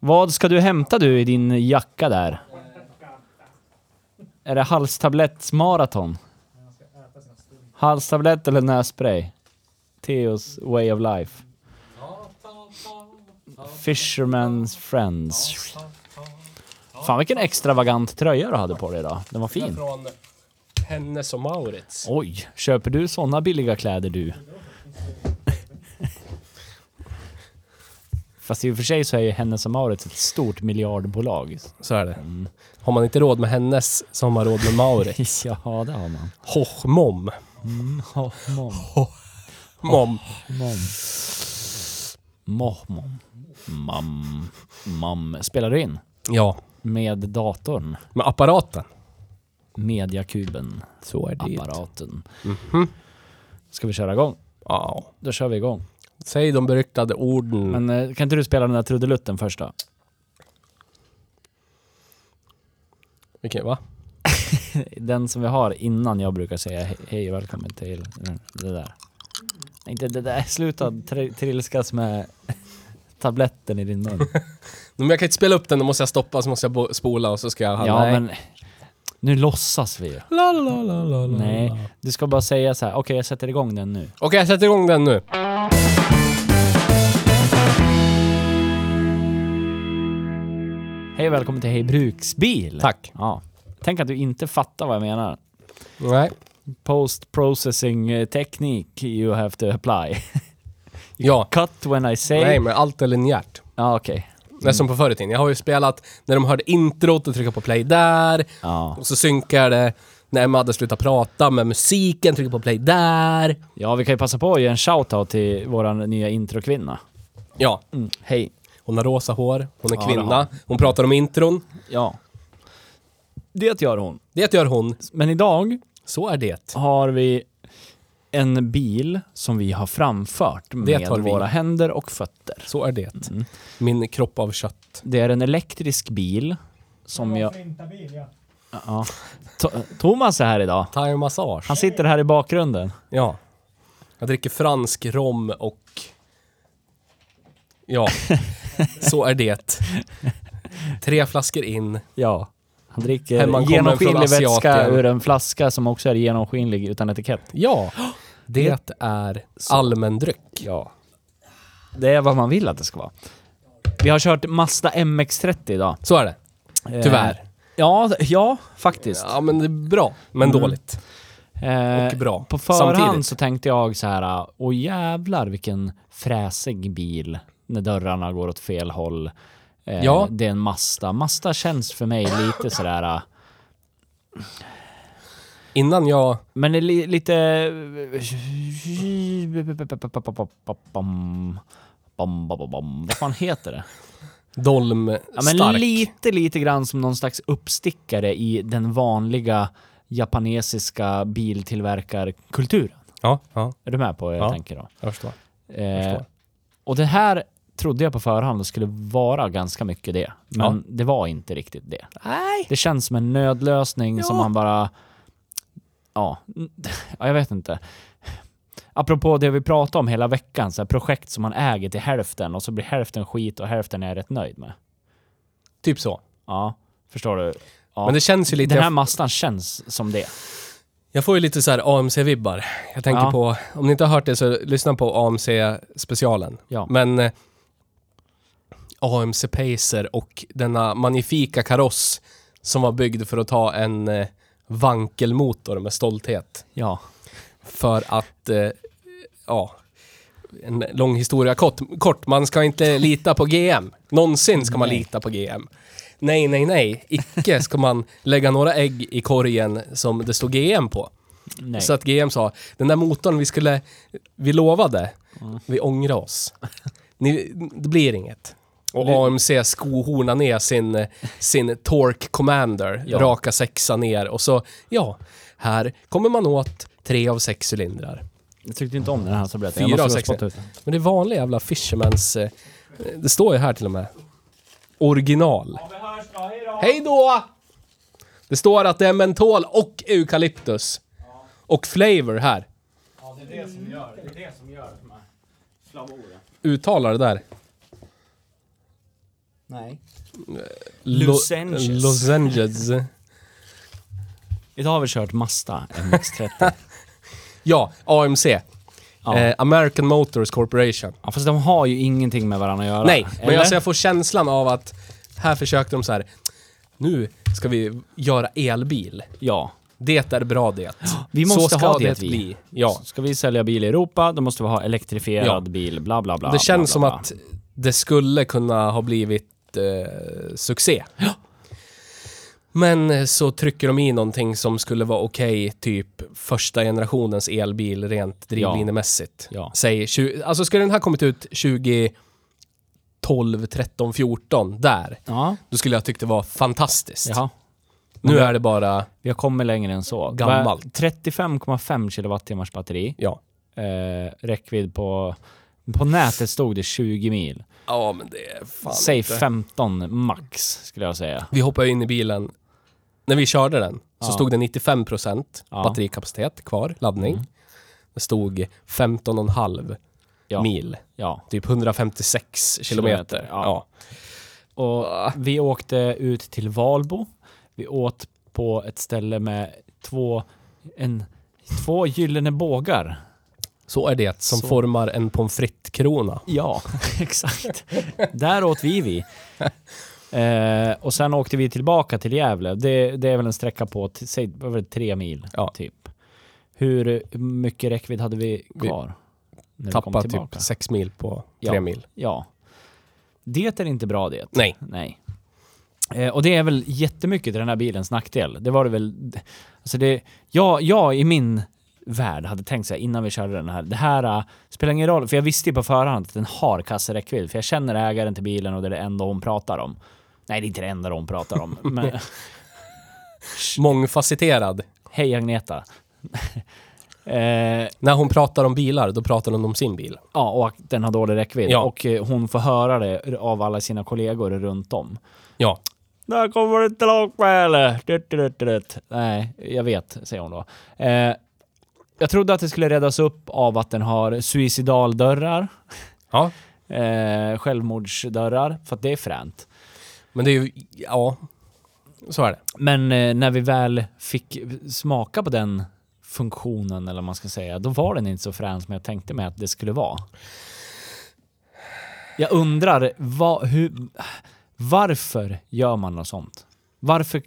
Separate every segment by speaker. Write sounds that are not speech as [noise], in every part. Speaker 1: Vad ska du hämta du i din jacka där? Är det halstablettsmaraton? Halstablett eller nässpray? Theos way of life. Fisherman's friends. Fan vilken extravagant tröja du hade på dig idag. Den var
Speaker 2: Den
Speaker 1: fin.
Speaker 2: Från Hennes och Maurits.
Speaker 1: Oj, köper du såna billiga kläder du? [laughs] Fast i och för sig så är ju Hennes och Mauritz ett stort miljardbolag.
Speaker 2: Så är det.
Speaker 1: Mm.
Speaker 2: Har man inte råd med Hennes så har man råd med
Speaker 1: [laughs]
Speaker 2: Maurits.
Speaker 1: Ja, det har man.
Speaker 2: Hoch mom.
Speaker 1: Ja, mom,
Speaker 2: Mom.
Speaker 1: mom. Mom. Mam. Mam. Spelar du in?
Speaker 2: Ja,
Speaker 1: Med datorn?
Speaker 2: med apparaten.
Speaker 1: Mediakuben?
Speaker 2: Så är
Speaker 1: Apparaten? Ska vi köra igång?
Speaker 2: Ja.
Speaker 1: Då kör vi igång.
Speaker 2: Säg de beryktade orden.
Speaker 1: Men eh, kan inte du spela den där trudelutten först då?
Speaker 2: Vilken, va?
Speaker 1: Den som vi har innan jag brukar säga he- hej och välkommen till mm, det där. Nej, Inte det där, sluta tr- trilskas med [laughs] tabletten i din mun.
Speaker 2: Men jag kan inte spela upp den, då måste jag stoppa, så måste jag bo- spola och så ska jag...
Speaker 1: Ja men, nu låtsas vi ju.
Speaker 2: La, la, la, la, la, la.
Speaker 1: Nej, du ska bara säga så här. okej jag sätter igång den nu.
Speaker 2: Okej, jag sätter igång den nu.
Speaker 1: Hej och välkommen till Hej Bruksbil!
Speaker 2: Tack.
Speaker 1: Ja. Tänk att du inte fattar vad jag menar.
Speaker 2: Nej.
Speaker 1: Post processing eh, technique you have to apply. [laughs]
Speaker 2: Ja.
Speaker 1: Cut when I say...
Speaker 2: Nej, men allt är linjärt.
Speaker 1: Ja okej.
Speaker 2: Det är som på förr i tiden. Jag har ju spelat när de hörde introt och trycka på play där.
Speaker 1: Ja.
Speaker 2: Och så synkar det när Emma hade slutat prata med musiken, trycker på play där.
Speaker 1: ja, vi kan ju passa på att ge en shoutout till våran nya introkvinna.
Speaker 2: Ja,
Speaker 1: Mm. Hej.
Speaker 2: hon har rosa hår, hon är
Speaker 1: Ja, det har
Speaker 2: kvinna, hon pratar om intron.
Speaker 1: Ja. Det gör hon.
Speaker 2: Det gör hon,
Speaker 1: Men idag
Speaker 2: så är det.
Speaker 1: har vi en bil som vi har framfört med
Speaker 2: har vi.
Speaker 1: våra händer och fötter.
Speaker 2: Så är det.
Speaker 1: Mm.
Speaker 2: Min kropp av kött.
Speaker 1: Det är en elektrisk bil som jag...
Speaker 3: Flintabil, ja.
Speaker 1: Ja. To- Thomas är här idag.
Speaker 2: Thai massage.
Speaker 1: Han sitter här i bakgrunden.
Speaker 2: Ja. Jag dricker fransk rom och...
Speaker 1: [laughs]
Speaker 2: Ja, så är det. Tre flaskor in.
Speaker 1: Ja. Han dricker
Speaker 2: Hemmankommen
Speaker 1: genomskinlig
Speaker 2: från
Speaker 1: vätska
Speaker 2: Asiatien.
Speaker 1: ur en flaska som också är genomskinlig utan etikett. [gasps]
Speaker 2: Ja, det är allmändryck.
Speaker 1: Ja. Det är vad man vill att det ska vara. Vi har kört Mazda MX-30 idag.
Speaker 2: Så är det.
Speaker 1: Eh,
Speaker 2: Tyvärr.
Speaker 1: ja, ja, faktiskt.
Speaker 2: Ja, men det är bra, men
Speaker 1: Mm.
Speaker 2: dåligt.
Speaker 1: Eh,
Speaker 2: Och bra.
Speaker 1: På förhand
Speaker 2: Samtidigt.
Speaker 1: så tänkte jag så här, åh jävlar vilken fräsig bil när dörrarna går åt fel håll. Eh,
Speaker 2: Ja.
Speaker 1: Det är en Mazda. Mazda känns för mig lite sådär, eh,
Speaker 2: Innan jag...
Speaker 1: men det är li- lite... eh, Vad fan heter det?
Speaker 2: Dolm
Speaker 1: Ja, men
Speaker 2: stark.
Speaker 1: lite, lite grann som någon slags uppstickare i den vanliga japanesiska biltillverkarkulturen.
Speaker 2: Ja, ja,
Speaker 1: Är du med på vad jag
Speaker 2: Ja.
Speaker 1: tänker då?
Speaker 2: jag förstår.
Speaker 1: Eh,
Speaker 2: förstår.
Speaker 1: och det här trodde jag på förhand skulle vara ganska mycket det. Men det var inte riktigt det.
Speaker 2: Nej.
Speaker 1: Det känns som en nödlösning som
Speaker 2: Ja.
Speaker 1: man bara... Ja, [laughs] ja, jag vet inte. Apropå det vi pratade om hela veckan, så här projekt som man äger till hälften och så blir hälften skit och hälften är jag rätt nöjd med.
Speaker 2: Typ så.
Speaker 1: Ja, förstår du? Ja.
Speaker 2: Men det känns ju lite...
Speaker 1: Den här mastan känns som det.
Speaker 2: Jag får ju lite så här AMC-vibbar. Jag tänker
Speaker 1: Ja.
Speaker 2: på... Om ni inte har hört det så lyssna på AMC-specialen.
Speaker 1: Ja.
Speaker 2: Men... Eh, AMC Pacer och denna magnifika kaross som var byggd för att ta en eh, vankelmotor med stolthet.
Speaker 1: Ja.
Speaker 2: För att... Eh, ja. en lång historia kort, kort. Man ska inte lita på GM. Någonsin ska man lita på GM. Nej, nej, nej. Icke ska man lägga några ägg i korgen som det står GM på.
Speaker 1: Nej.
Speaker 2: Så att GM sa, den där motorn vi skulle, vi lovade,
Speaker 1: Mm.
Speaker 2: vi
Speaker 1: [laughs]
Speaker 2: ångrar oss. Ni, det blir inget. Och
Speaker 1: Det-
Speaker 2: AMC skohornar ner sin, sin Torque Commander,
Speaker 1: Ja.
Speaker 2: raka sexa ner och så, ja, här kommer man åt tre av sex cylindrar.
Speaker 1: Jag tyckte inte om den här tabletten.
Speaker 2: Fyra
Speaker 1: jag
Speaker 2: av
Speaker 1: måste
Speaker 2: sex.
Speaker 1: gå och spotta ut den.
Speaker 2: Men det är vanlig jävla Fishermans... eh, Det står ju här till och med. Original. Hej då! Det står att det är mentol och eukalyptus. Och flavor här.
Speaker 1: Ja, det är det som gör det. är det som gör de här flamoren.
Speaker 2: Uttalar det där.
Speaker 1: Nej.
Speaker 2: Lo-
Speaker 1: Los Angeles.
Speaker 2: Los Angeles.
Speaker 1: Idag har vi kört Mazda MX-30.
Speaker 2: Ja, AMC.
Speaker 1: Ja.
Speaker 2: Eh, American Motors Corporation.
Speaker 1: ja, fast de har ju ingenting med varandra att göra.
Speaker 2: Nej, men
Speaker 1: Eller?
Speaker 2: alltså jag får känslan av att här försökte de så här. Nu ska vi göra elbil.
Speaker 1: Ja.
Speaker 2: Det är bra det.
Speaker 1: [gasps] Vi
Speaker 2: Så
Speaker 1: måste
Speaker 2: ska
Speaker 1: ha det, vi.
Speaker 2: bli. Ja.
Speaker 1: Ska vi sälja bil i Europa, då måste vi ha elektrifierad
Speaker 2: Ja.
Speaker 1: bil, bla bla bla.
Speaker 2: det känns
Speaker 1: bla, bla,
Speaker 2: som
Speaker 1: bla.
Speaker 2: att det skulle kunna ha blivit
Speaker 1: [gasps]
Speaker 2: eh, succé. Men eh, så trycker de i någonting som skulle vara okej, typ första generationens elbil rent drivlinemässigt.
Speaker 1: Ja.
Speaker 2: Säg, 20, alltså skulle den här kommit ut 2012, 13, 14 där,
Speaker 1: Ja,
Speaker 2: då skulle jag tyckt det var fantastiskt.
Speaker 1: jaha.
Speaker 2: Nu är det bara,
Speaker 1: Vi har kommit längre än så.
Speaker 2: Gammalt.
Speaker 1: Va- 35,5 kilowattimmars batteri.
Speaker 2: ja.
Speaker 1: Eh, räckvidd på... På nätet stod det 20 mil.
Speaker 2: Ja, men det är fan
Speaker 1: Säg
Speaker 2: inte.
Speaker 1: 15 max, skulle jag säga.
Speaker 2: Vi hoppade in i bilen. När vi körde den så
Speaker 1: Ja.
Speaker 2: stod det 95%
Speaker 1: Ja. Mm.
Speaker 2: batterikapacitet kvar, laddning. Det stod 15,5
Speaker 1: Ja.
Speaker 2: mil.
Speaker 1: Ja.
Speaker 2: Typ 156 kilometer.
Speaker 1: Kilometer, ja. Och vi åkte ut till Valbo. Vi åt på ett ställe med två, en, två gyllene bågar.
Speaker 2: Så är det som
Speaker 1: Så.
Speaker 2: formar en pommes frites-krona.
Speaker 1: Ja, [laughs] exakt. Där åt vi vi. Eh, och sen åkte vi tillbaka till Gävle. Det, det är väl en sträcka på t- säg, vad var det, tre mil.
Speaker 2: Ja.
Speaker 1: Typ. Hur mycket räckvidd hade vi kvar? när vi kom
Speaker 2: Tappar
Speaker 1: tillbaka?
Speaker 2: typ 6 mil på 3
Speaker 1: Ja.
Speaker 2: mil.
Speaker 1: Ja. Det är inte bra det.
Speaker 2: Nej.
Speaker 1: Nej. Eh, och det är väl jättemycket till den här bilens nackdel. Det var det väl... Alltså det, jag, jag i min värld hade tänkt så här innan vi körde den här. Det här eh, spelar ingen roll, för jag visste ju på förhand att den har kassaräckvidd. För jag känner ägaren till bilen och det är det enda hon pratar om. Nej, det är inte det enda hon pratar om. [laughs] Men,
Speaker 2: Mångfacetterad.
Speaker 1: hej Agneta. [laughs] eh,
Speaker 2: När hon pratar om bilar, då pratar hon om sin bil.
Speaker 1: Ja, och att den har dålig räckvidd.
Speaker 2: Ja.
Speaker 1: Och eh, hon får höra det av alla sina kollegor runt om.
Speaker 2: Ja.
Speaker 1: Där kommer det inte långt med eller? Dut, dut, dut, dut. Nej, jag vet, säger hon då. Eh, jag trodde att det skulle räddas upp av att den har suicidaldörrar,
Speaker 2: ja.
Speaker 1: eh, självmordsdörrar, för att det är fränt.
Speaker 2: Men det är ju, ja. Så är det.
Speaker 1: Men eh, när vi väl fick smaka på den funktionen, eller vad man ska säga, då var den inte så frän som jag tänkte mig att det skulle vara. Jag undrar, va, hur, varför gör man något sånt? Varför,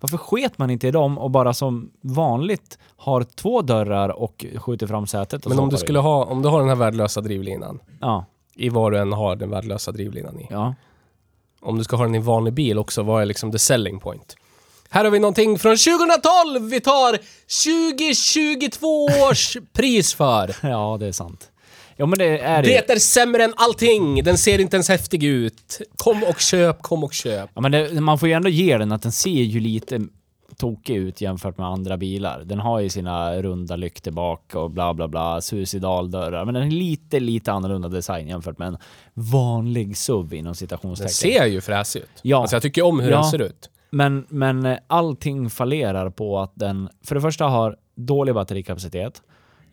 Speaker 1: varför sket man inte i dem och bara som vanligt har två dörrar och skjuter fram sätet? Och
Speaker 2: Men
Speaker 1: så
Speaker 2: om du
Speaker 1: hoppar
Speaker 2: skulle
Speaker 1: ut?
Speaker 2: ha, om du har den här värdelösa drivlinan,
Speaker 1: Ja,
Speaker 2: i vad du än har den värdelösa drivlinan i.
Speaker 1: ja.
Speaker 2: om du ska ha den i en vanlig bil också, vad är liksom the selling point? Här har vi någonting från 2012! Vi tar 2022
Speaker 1: [laughs]
Speaker 2: års pris för.
Speaker 1: ja, det är sant. Ja, men det är ju.
Speaker 2: Det är sämre än allting! Den ser inte ens häftig ut. Kom och köp, kom och köp.
Speaker 1: Ja, men det, man får ju ändå ge den att den ser ju lite tokig ut jämfört med andra bilar. Den har ju sina runda lyktor bak och bla bla bla, suicidaldörrar. Men den är lite, lite annorlunda design jämfört med en vanlig SUV inom
Speaker 2: Den
Speaker 1: citationstecken.
Speaker 2: ser ju fräsig ut.
Speaker 1: Ja.
Speaker 2: Alltså jag tycker om hur
Speaker 1: Ja.
Speaker 2: den ser ut.
Speaker 1: Men, men eh, allting fallerar på att den för det första har dålig batterikapacitet.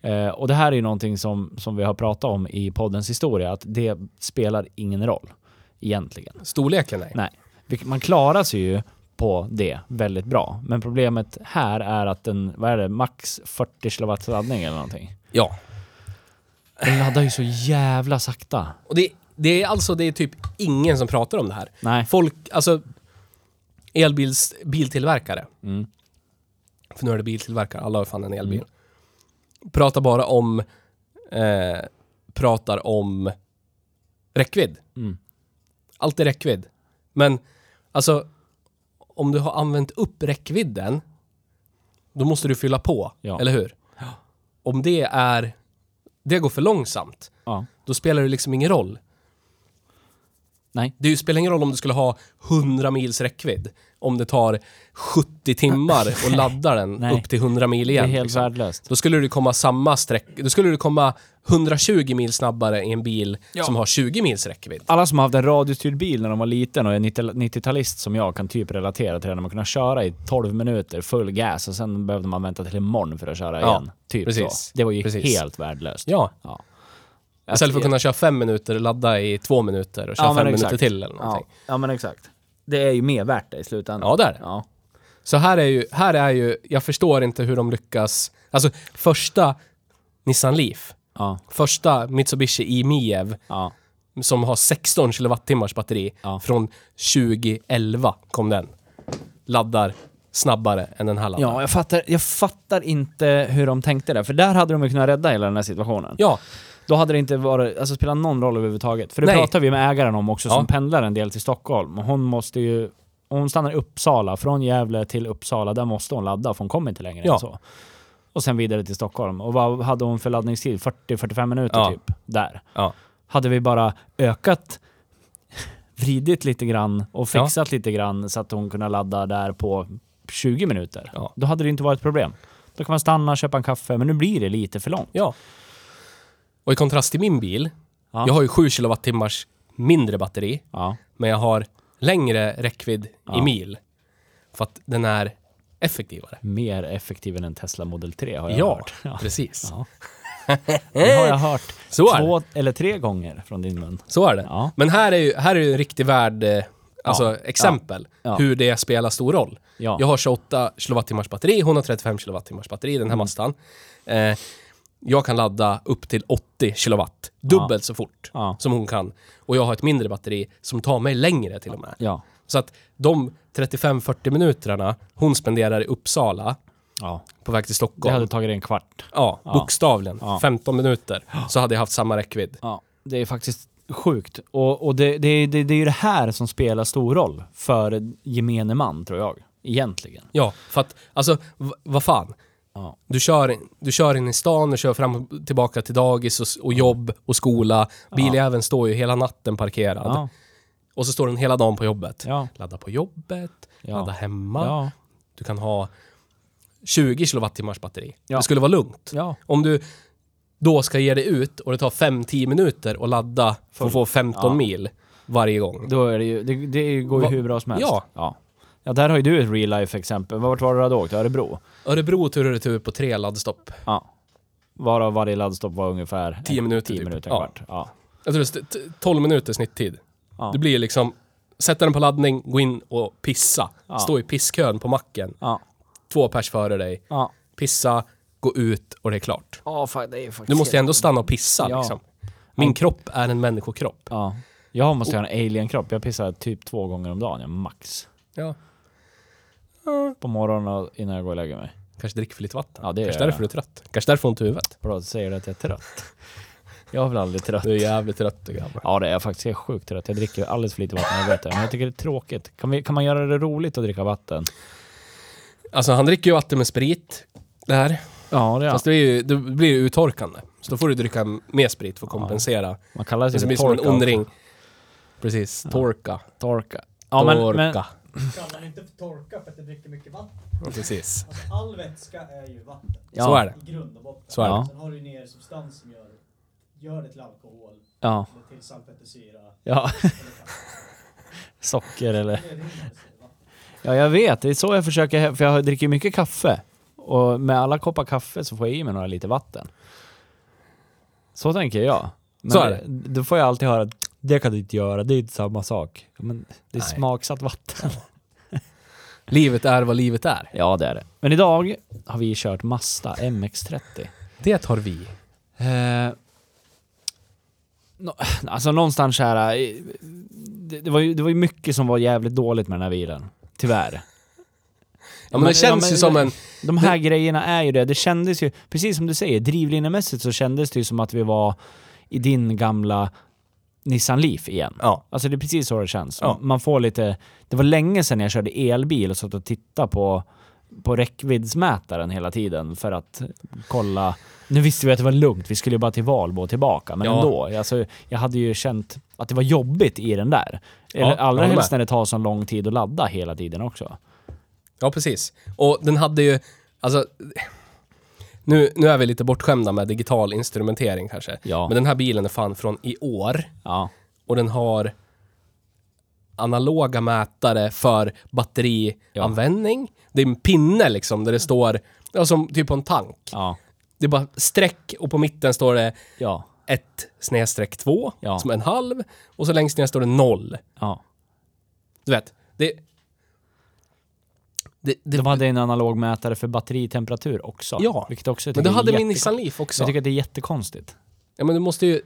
Speaker 1: Eh, och det här är ju någonting som, som vi har pratat om i poddens historia, att det spelar ingen roll egentligen.
Speaker 2: Storleken, nej.
Speaker 1: Nej. Vilket- Man klarar sig ju på det väldigt bra. Men problemet här är att den, vad är det, max 40 kilowatt laddning eller någonting.
Speaker 2: Ja.
Speaker 1: Den laddar ju så jävla sakta.
Speaker 2: Och det, det är alltså, det är typ ingen som pratar om det här.
Speaker 1: Nej.
Speaker 2: Folk, alltså elbils, biltillverkare.
Speaker 1: Mm. Mm.
Speaker 2: För nu är det biltillverkare, alla har fan en elbil. Pratar bara om eh, pratar om räckvidd.
Speaker 1: Mm.
Speaker 2: Allt är räckvidd. Men alltså, om du har använt upp räckvidden, då måste du fylla på,
Speaker 1: Ja.
Speaker 2: eller hur? Om det är, det går för långsamt,
Speaker 1: Ja.
Speaker 2: då spelar det liksom ingen roll.
Speaker 1: Nej.
Speaker 2: Det spelar ingen roll om du skulle ha 100 mils räckvidd, om det tar
Speaker 1: [laughs]
Speaker 2: 70 timmar och laddar den
Speaker 1: Nej.
Speaker 2: upp till 100 mil igen.
Speaker 1: det är helt
Speaker 2: liksom.
Speaker 1: värdelöst.
Speaker 2: Då skulle du komma samma sträck, då skulle du komma 120 mil snabbare i en bil
Speaker 1: Ja.
Speaker 2: som har 20 mils räckvidd.
Speaker 1: Alla som har haft en radiostyrd bil när de var liten och är 90 90-talist som jag kan typ relatera till det när man kunde köra i 12 minuter full gas och sen behövde man vänta till imorgon för att köra
Speaker 2: Ja,
Speaker 1: igen. Typ
Speaker 2: precis.
Speaker 1: så. Det var ju
Speaker 2: Precis.
Speaker 1: helt värdelöst.
Speaker 2: Ja,
Speaker 1: Ja.
Speaker 2: istället för att
Speaker 1: Att-
Speaker 2: kunna köra fem minuter, ladda i två minuter och köra
Speaker 1: Ja, men
Speaker 2: fem minuter
Speaker 1: exakt.
Speaker 2: till eller någonting.
Speaker 1: Ja. ja, men exakt. Det är ju mer värt det i slutändan.
Speaker 2: Ja, det är det.
Speaker 1: Ja.
Speaker 2: Så här är, ju, här är ju, jag förstår inte hur de lyckas. Alltså första Nissan Leaf,
Speaker 1: Ja.
Speaker 2: första Mitsubishi i-Miev
Speaker 1: ja.
Speaker 2: som har 16 kilowattimmars batteri
Speaker 1: Ja.
Speaker 2: från 2011 kom den. Laddar snabbare än den här laddaren.
Speaker 1: Ja, jag fattar, jag fattar inte hur de tänkte där, för där hade de ju kunnat rädda hela den här situationen.
Speaker 2: ja.
Speaker 1: Då hade det inte varit, alltså spelat någon roll överhuvudtaget. För det
Speaker 2: Nej.
Speaker 1: pratade vi med ägaren om också,
Speaker 2: Ja.
Speaker 1: som pendlar en del till Stockholm. Och Hon måste ju, hon stannar i Uppsala, från Gävle till Uppsala, där måste hon ladda, för hon kommer inte längre
Speaker 2: Ja.
Speaker 1: än så. Och sen vidare till Stockholm. Och vad hade hon för laddningstid? 40-45 minuter
Speaker 2: Ja.
Speaker 1: typ, där.
Speaker 2: ja.
Speaker 1: Hade vi bara ökat, vridit lite grann och fixat lite grann så att hon kunde ladda där på 20 minuter.
Speaker 2: Ja.
Speaker 1: Då hade det inte varit ett problem. Då kan man stanna, köpa en kaffe, men nu blir det lite för långt.
Speaker 2: Ja. Och i kontrast till min bil,
Speaker 1: Ja.
Speaker 2: jag har ju 7 kilowattimmars mindre batteri,
Speaker 1: Ja,
Speaker 2: men jag har längre räckvidd i
Speaker 1: Ja.
Speaker 2: mil. För att den är effektivare.
Speaker 1: mer effektiv än en Tesla Model 3 har jag
Speaker 2: Ja,
Speaker 1: hört. Ja.
Speaker 2: precis.
Speaker 1: Ja. Det har jag hört
Speaker 2: [laughs] Så är det.
Speaker 1: två eller tre gånger från din mun.
Speaker 2: Så är det.
Speaker 1: Ja.
Speaker 2: Men här är ju här är ju en riktig värld, eh, alltså exempel,
Speaker 1: Ja.
Speaker 2: hur det spelar stor roll.
Speaker 1: Ja.
Speaker 2: Jag har 28 kilowattimmars batteri, hon har 35 kilowattimmars batteri,
Speaker 1: Mm.
Speaker 2: den här Mazdan. Eh, jag kan ladda upp till 80 kilowatt, dubbelt så fort
Speaker 1: Ja.
Speaker 2: som hon kan. Och jag har ett mindre batteri som tar mig längre till och med.
Speaker 1: Ja.
Speaker 2: Så att de 35-40 minuterna hon spenderar i Uppsala
Speaker 1: ja.
Speaker 2: på väg till
Speaker 1: Det
Speaker 2: Stockholm,
Speaker 1: hade tagit en kvart.
Speaker 2: ja, bokstavligen,
Speaker 1: Ja.
Speaker 2: 15 minuter, så hade jag haft samma räckvidd.
Speaker 1: Ja, det är faktiskt sjukt. Och, och det, det, det, det är ju det här som spelar stor roll för gemene man, tror jag. Egentligen.
Speaker 2: Ja, för att, alltså, v- vad fan.
Speaker 1: Ja.
Speaker 2: Du kör, du kör in i stan, du kör fram och tillbaka till dagis och, och jobb och skola. Biljäveln står ju hela natten parkerad.
Speaker 1: Ja.
Speaker 2: Och så står den hela dagen på jobbet.
Speaker 1: Ja.
Speaker 2: Ladda på jobbet,
Speaker 1: Ja.
Speaker 2: ladda hemma.
Speaker 1: Ja.
Speaker 2: Du kan ha 20 kilowattimmars batteri.
Speaker 1: Ja.
Speaker 2: Det skulle vara lugnt.
Speaker 1: Ja.
Speaker 2: Om du då ska ge dig ut och det tar 5-10 minuter att ladda för att få 15 mil varje gång.
Speaker 1: Då är det ju, det, det går ju
Speaker 2: Va-
Speaker 1: hur bra som helst.
Speaker 2: Ja.
Speaker 1: ja. Ja, där har ju du ett real life exempel. Vart var det du hade åkt? Örebro?
Speaker 2: Örebro tur och retur på tre laddstopp.
Speaker 1: Ja. Varav varje laddstopp var ungefär
Speaker 2: 10 minuter
Speaker 1: tio
Speaker 2: typ.
Speaker 1: minuter
Speaker 2: Ja.
Speaker 1: en kvart. Ja.
Speaker 2: Jag tror det är t- 12 minuter snitttid.
Speaker 1: Ja.
Speaker 2: Det blir liksom, sätta den på laddning, gå in och pissa.
Speaker 1: Ja.
Speaker 2: Stå i pisskön på macken,
Speaker 1: Ja.
Speaker 2: två pers före dig.
Speaker 1: Ja.
Speaker 2: Pissa, gå ut och det är klart.
Speaker 1: Ja, fan, det är faktiskt
Speaker 2: Du måste ju ändå stanna och pissa
Speaker 1: Ja.
Speaker 2: liksom. Min kropp är en människokropp.
Speaker 1: Ja. Jag måste ha en alien-kropp. Jag pissar typ två gånger om dagen, ja, max.
Speaker 2: Ja.
Speaker 1: På morgonen och innan jag går och lägger mig.
Speaker 2: Kanske drick för lite vatten.
Speaker 1: Ja, det
Speaker 2: Kanske
Speaker 1: gör
Speaker 2: därför du är trött. Kanske därför ont i huvudet.
Speaker 1: För då säger du att jag är trött. Jag är väl aldrig trött.
Speaker 2: Du är jävligt trött du gammal.
Speaker 1: Ja, det är jag faktiskt. Jag är sjukt trött. Jag dricker alldeles för lite vatten, jag vet det. Men jag tycker det är tråkigt. Kan, vi, kan man göra det roligt att dricka vatten?
Speaker 2: Alltså han dricker ju vatten med sprit. Det här.
Speaker 1: Ja, det är
Speaker 2: Fast det, är ju, det blir ju uttorkande. Så då får du dricka mer sprit för att kompensera.
Speaker 1: Man kallar det
Speaker 2: Det
Speaker 1: sig
Speaker 2: blir
Speaker 1: för
Speaker 2: som en
Speaker 1: torka. också.
Speaker 2: ondring. Precis, torka.
Speaker 1: Torka. Ja, men, men,
Speaker 2: torka.
Speaker 3: kan man inte torka för att det dricker mycket vatten.
Speaker 2: Precis.
Speaker 3: Alltså all vätska är ju vatten.
Speaker 1: ja,
Speaker 2: Så är det.
Speaker 3: I grund och botten.
Speaker 2: Så är
Speaker 1: det.
Speaker 3: Sen har du ner substans som gör, gör det till alkohol,
Speaker 1: Ja.
Speaker 3: eller till salpetersyra.
Speaker 1: ja. [laughs]
Speaker 3: eller kaffe.
Speaker 1: Socker eller...
Speaker 3: Det är det rinner sig, va?
Speaker 1: Ja, jag vet. Det är så jag försöker, för jag dricker mycket kaffe. Och med alla koppar kaffe så får jag i mig några liter vatten. Så tänker jag. Men
Speaker 2: Så är det.
Speaker 1: Då får jag alltid höra att det kan du inte göra, det är inte samma sak. Ja, Men det är
Speaker 2: Nej.
Speaker 1: smaksatt vatten. [laughs]
Speaker 2: Livet är vad livet är.
Speaker 1: Ja, det är det. Men idag har vi kört Mazda MX-30.
Speaker 2: Det har vi.
Speaker 1: Eh, nå- [sighs] alltså någonstans så här... eh, Det, det, var ju, det var ju mycket som var jävligt dåligt med den här bilen. Tyvärr.
Speaker 2: Ja, men det känns ju som en...
Speaker 1: De här grejerna är ju det. Det kändes ju, precis som du säger, drivlinemässigt så kändes det ju som att vi var i din gamla Nissan Leaf igen.
Speaker 4: Ja.
Speaker 1: Alltså det är precis så det känns.
Speaker 4: Ja.
Speaker 1: Man får lite... Det var länge sedan jag körde elbil och satt och tittade på, på räckviddsmätaren hela tiden för att kolla. Nu visste vi att det var lugnt, vi skulle ju bara till Valbo och tillbaka, men
Speaker 2: Ja.
Speaker 1: ändå. Alltså, jag hade ju känt att det var jobbigt i den där. Eller
Speaker 2: jag
Speaker 1: allra
Speaker 2: håller
Speaker 1: helst när det tar så lång tid att ladda hela tiden också.
Speaker 2: Ja, precis. Och den hade ju, alltså... Nu, nu är vi lite bortskämda med digital instrumentering kanske.
Speaker 1: Ja.
Speaker 2: Men den här bilen är fan från i år.
Speaker 1: Ja.
Speaker 2: Och den har analoga mätare för batterianvändning. Det är en pinne liksom där det står, ja, som typ på en tank.
Speaker 1: Ja.
Speaker 2: Det är bara streck och på mitten står det
Speaker 1: Ja.
Speaker 2: 1 snedstreck 2
Speaker 1: Ja.
Speaker 2: som är en halv och så längst ner står det 0.
Speaker 1: ja.
Speaker 2: Du vet, det... det, det
Speaker 1: De hade en analog mätare för batteritemperatur också.
Speaker 2: Ja.
Speaker 1: Vilket också jag
Speaker 2: men du
Speaker 1: tycker är
Speaker 2: hade min
Speaker 1: jättekon-
Speaker 2: Nissan Leaf också.
Speaker 1: Jag tycker att det är jättekonstigt.
Speaker 2: Ja, men du måste ju...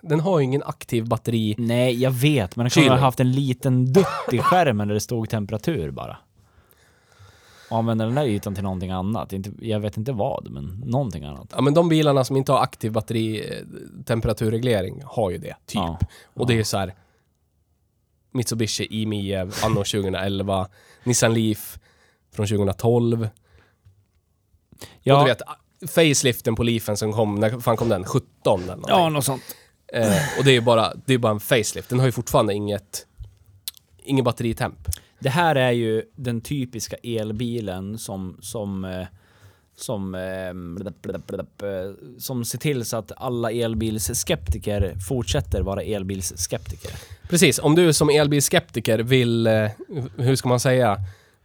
Speaker 2: Den har ju ingen aktiv batteri.
Speaker 1: Nej, jag vet, men den kunde ha
Speaker 2: Kylen.
Speaker 1: haft en liten dutt i skärmen där det stod temperatur bara. Och använda den där ytan till någonting annat. Inte, jag vet inte vad, men någonting annat.
Speaker 2: Ja, men de bilarna som inte har aktiv batteritemperaturreglering har ju det, typ.
Speaker 1: Ja.
Speaker 2: Och det är ju så här... Mitsubishi i-Mie anno 2011, Nissan Leaf från 2012.
Speaker 1: Ja,
Speaker 2: Och du vet, faceliften på Leafen som kom, när fan kom den? 17 eller någonting.
Speaker 1: ja, något sånt.
Speaker 2: Eh, och det är ju bara, det är bara en facelift. Den har ju fortfarande inget... Ingen batteritemp.
Speaker 1: Det här är ju den typiska elbilen som, som, eh, som, eh, blablabla, blablabla, som ser till så att alla elbilsskeptiker fortsätter vara elbilsskeptiker.
Speaker 2: Precis, om du som elbilskeptiker vill, eh, hur ska man säga,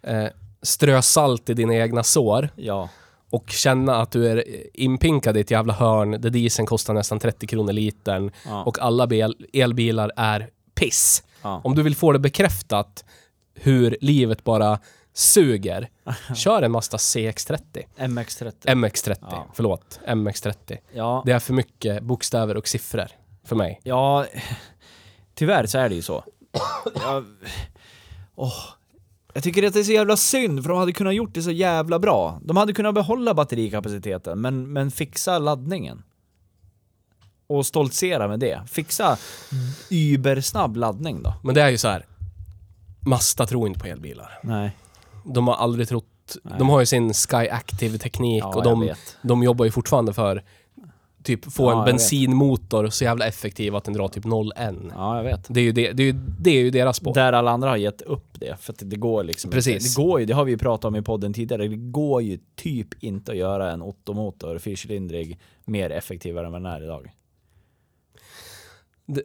Speaker 2: eh, strö salt i dina egna sår
Speaker 1: Ja.
Speaker 2: och känna att du är inpinkad i ett jävla hörn där dieseln kostar nästan 30 kronor litern
Speaker 1: Ja.
Speaker 2: och alla bel- elbilar är piss.
Speaker 1: Ja.
Speaker 2: Om du vill få det bekräftat hur livet bara
Speaker 1: [laughs]
Speaker 2: suger, kör en Mazda CX-30.
Speaker 1: MX30.
Speaker 2: MX-30,
Speaker 1: Ja.
Speaker 2: förlåt. MX-30.
Speaker 1: ja.
Speaker 2: Det är för mycket bokstäver och siffror för mig.
Speaker 1: Ja, [sighs] tyvärr så är det ju så. Jag, [sighs] åh. jag tycker att det är så jävla synd för de hade kunnat gjort det så jävla bra. De hade kunnat behålla batterikapaciteten men, men fixa laddningen. Och stoltsera med det. Fixa übersnabb laddning då.
Speaker 2: Men det är ju så här, Mazda tror inte på elbilar.
Speaker 1: Nej.
Speaker 2: de har aldrig trott... De har ju sin Sky Active-teknik
Speaker 1: Ja,
Speaker 2: och
Speaker 1: jag
Speaker 2: de,
Speaker 1: vet.
Speaker 2: de jobbar ju fortfarande för typ få
Speaker 1: Ja, jag
Speaker 2: en
Speaker 1: vet.
Speaker 2: bensinmotor så jävla effektiv att den drar typ 0,1.
Speaker 1: Ja, jag vet.
Speaker 2: Det, är ju det, det, är ju, det är ju deras spår.
Speaker 1: Där alla andra har gett upp det, för att det går liksom inte.
Speaker 2: Precis.
Speaker 1: Det går ju, det har vi ju pratat om i podden tidigare, det går ju typ inte att göra en Ottomotor fyrcylindrig mer effektivare än vad den är idag.
Speaker 2: Det,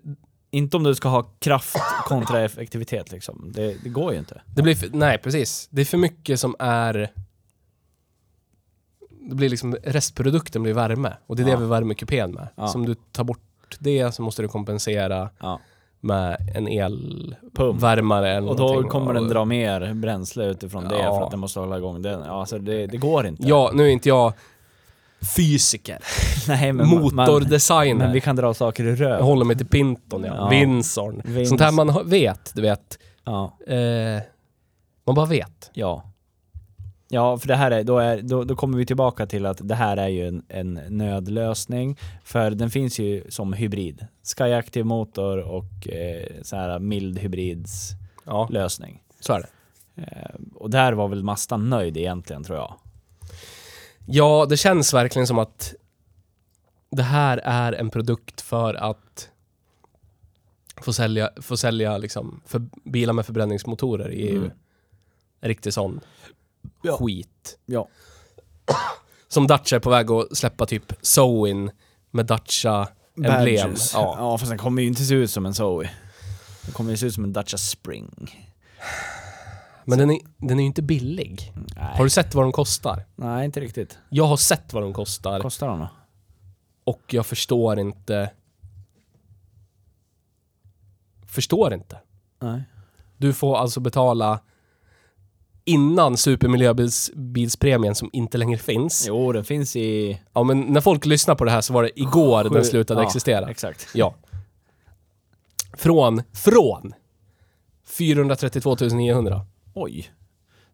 Speaker 1: Inte om du ska ha kraft kontra effektivitet liksom. Det, det går ju inte.
Speaker 2: det blir för, nej, precis. Det är för mycket som är... Det blir liksom, restprodukten blir värme och det är
Speaker 1: Ja.
Speaker 2: det vi värmer kupén med.
Speaker 1: Ja.
Speaker 2: Så om du tar bort det så måste du kompensera
Speaker 1: Ja.
Speaker 2: med en
Speaker 1: Pump.
Speaker 2: elvärmare eller
Speaker 1: Och då
Speaker 2: någonting.
Speaker 1: kommer
Speaker 2: Och-
Speaker 1: den dra mer bränsle utifrån det
Speaker 2: Ja.
Speaker 1: för att den måste hålla igång den. Ja, alltså det, det går inte.
Speaker 2: Ja, nu är inte jag fysiker.
Speaker 1: [laughs] Nej, men man-
Speaker 2: motordesigner.
Speaker 1: Man, men vi kan dra saker i
Speaker 2: Jag
Speaker 1: röv.
Speaker 2: håller mig till Pinton, ja.
Speaker 1: Ja.
Speaker 2: Winsorn.
Speaker 1: Windsor.
Speaker 2: Sånt här man har- vet, du vet.
Speaker 1: Ja.
Speaker 2: Eh, man bara vet.
Speaker 1: ja. Ja, för det här är, då, är då, då kommer vi tillbaka till att det här är ju en, en nödlösning. För den finns ju som hybrid. Sky Active motor och eh, så här mild hybrids
Speaker 2: Ja,
Speaker 1: lösning.
Speaker 2: så är det.
Speaker 1: Eh, och där var väl Mazda nöjd egentligen tror jag.
Speaker 2: Ja, det känns verkligen som att det här är en produkt för att få sälja, få sälja liksom, för bilar med förbränningsmotorer i EU. Riktig sån
Speaker 1: Mm. Ja.
Speaker 2: skit.
Speaker 1: Ja.
Speaker 2: Som Dacia är på väg att släppa typ Zoin med Dacia-emblem.
Speaker 1: Badges. Ja.
Speaker 2: Ja.
Speaker 1: ja, fast den kommer ju inte se ut som en Zoe. Den kommer ju se ut som en Dacia Spring.
Speaker 2: Men den är, den är ju inte billig.
Speaker 1: Nej,
Speaker 2: Har du sett vad de kostar?
Speaker 1: Nej inte riktigt.
Speaker 2: Jag har sett vad de kostar
Speaker 1: Vad kostar de då?
Speaker 2: och jag förstår inte... Förstår inte.
Speaker 1: Nej.
Speaker 2: Du får alltså betala innan supermiljöbilspremien som inte längre finns.
Speaker 1: Jo, den finns i...
Speaker 2: Ja, men när folk lyssnar på det här så var det igår den slutade
Speaker 1: ja,
Speaker 2: existera.
Speaker 1: Exakt.
Speaker 2: Ja. Från, från 432 900.
Speaker 1: Oj.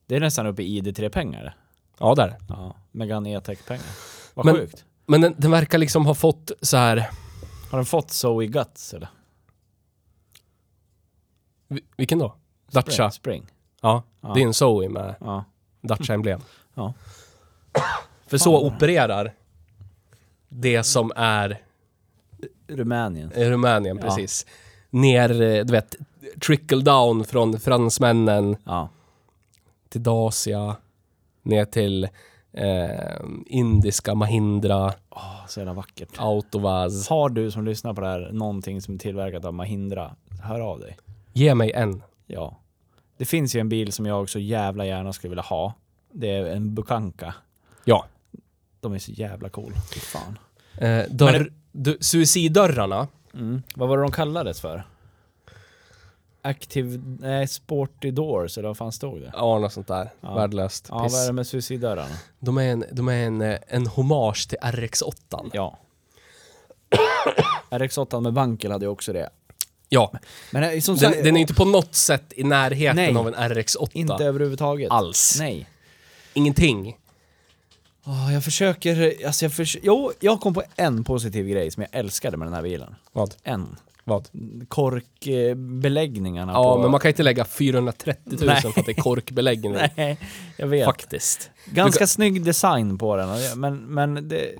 Speaker 1: Det är nästan uppe i ID3-pengar.
Speaker 2: Ja, där.
Speaker 1: Ja. Megane E-Tech-pengar. Vad
Speaker 2: Men-
Speaker 1: sjukt.
Speaker 2: Men den, den verkar liksom ha fått så här...
Speaker 1: Har den fått Zoe Guts eller?
Speaker 2: Vi- Vilken då? Dacia.
Speaker 1: Spring.
Speaker 2: Ja, det är en Zoe med
Speaker 1: Ja.
Speaker 2: Dacia-emblem.
Speaker 1: Ja.
Speaker 2: För så opererar det som är
Speaker 1: Rumänien.
Speaker 2: Rumänien, precis. Ner, eh, du vet, trickle down från fransmännen
Speaker 1: Ja.
Speaker 2: till Dacia, ner till eh, indiska Mahindra,
Speaker 1: Åh, så jävla vackert.
Speaker 2: Autovaz.
Speaker 1: Har du som lyssnar på det här någonting som är tillverkat av Mahindra, hör av dig.
Speaker 2: Ge mig en.
Speaker 1: Ja. Det finns ju en bil som jag så jävla gärna skulle vilja ha. Det är en Bukanka.
Speaker 2: Ja.
Speaker 1: De är så jävla cool. Fy fan.
Speaker 2: Eh, dörr, du, suiciddörrarna.
Speaker 1: Mm. Vad var det de kallades för? Active... Nej, Sporty Doors, eller vad fan stod det?
Speaker 2: Ja, något sånt där.
Speaker 1: Ja.
Speaker 2: Värdelöst.
Speaker 1: Ja,
Speaker 2: Piss.
Speaker 1: vad är det med suiciddörrarna?
Speaker 2: De är, en, de är en, eh, en hommage till RX8.
Speaker 1: [coughs] Ja. RX8 med Bankel hade ju också det.
Speaker 2: Ja.
Speaker 1: Men eh, som
Speaker 2: Den,
Speaker 1: sagt,
Speaker 2: den är inte på något sätt i närheten
Speaker 1: Nej.
Speaker 2: av en RX8.
Speaker 1: inte överhuvudtaget.
Speaker 2: alls.
Speaker 1: Nej.
Speaker 2: Ingenting.
Speaker 1: Åh, jag försöker, alltså jag förs- Jo, jag kom på en positiv grej som jag älskade med den här bilen.
Speaker 2: Vad?
Speaker 1: En.
Speaker 2: Vad?
Speaker 1: Korkbeläggningarna
Speaker 2: Ja,
Speaker 1: på...
Speaker 2: men man kan inte lägga 430 000
Speaker 1: Nej.
Speaker 2: för att det är korkbeläggning.
Speaker 1: [laughs] Nej, jag vet.
Speaker 2: Faktiskt.
Speaker 1: Ganska snygg design på den, och det- men, men det...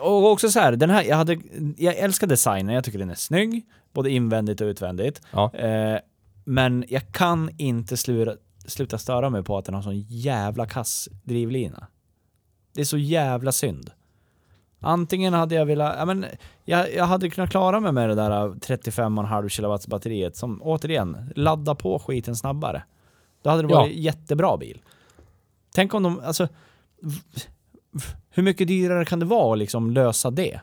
Speaker 1: Och också så här, den här, jag, hade, jag älskar designen, jag tycker den är snygg, både invändigt och utvändigt.
Speaker 2: Ja.
Speaker 1: Eh, men jag kan inte slura, sluta störa mig på att den har sån jävla kass drivlina. Det är så jävla synd. Antingen hade jag velat, ja, men jag, jag hade kunnat klara mig med det där 35,5 kilowatts batteriet som återigen, ladda på skiten snabbare. Då hade det
Speaker 2: Ja.
Speaker 1: varit jättebra bil. Tänk om de, alltså, v- v- hur mycket dyrare kan det vara att liksom lösa det?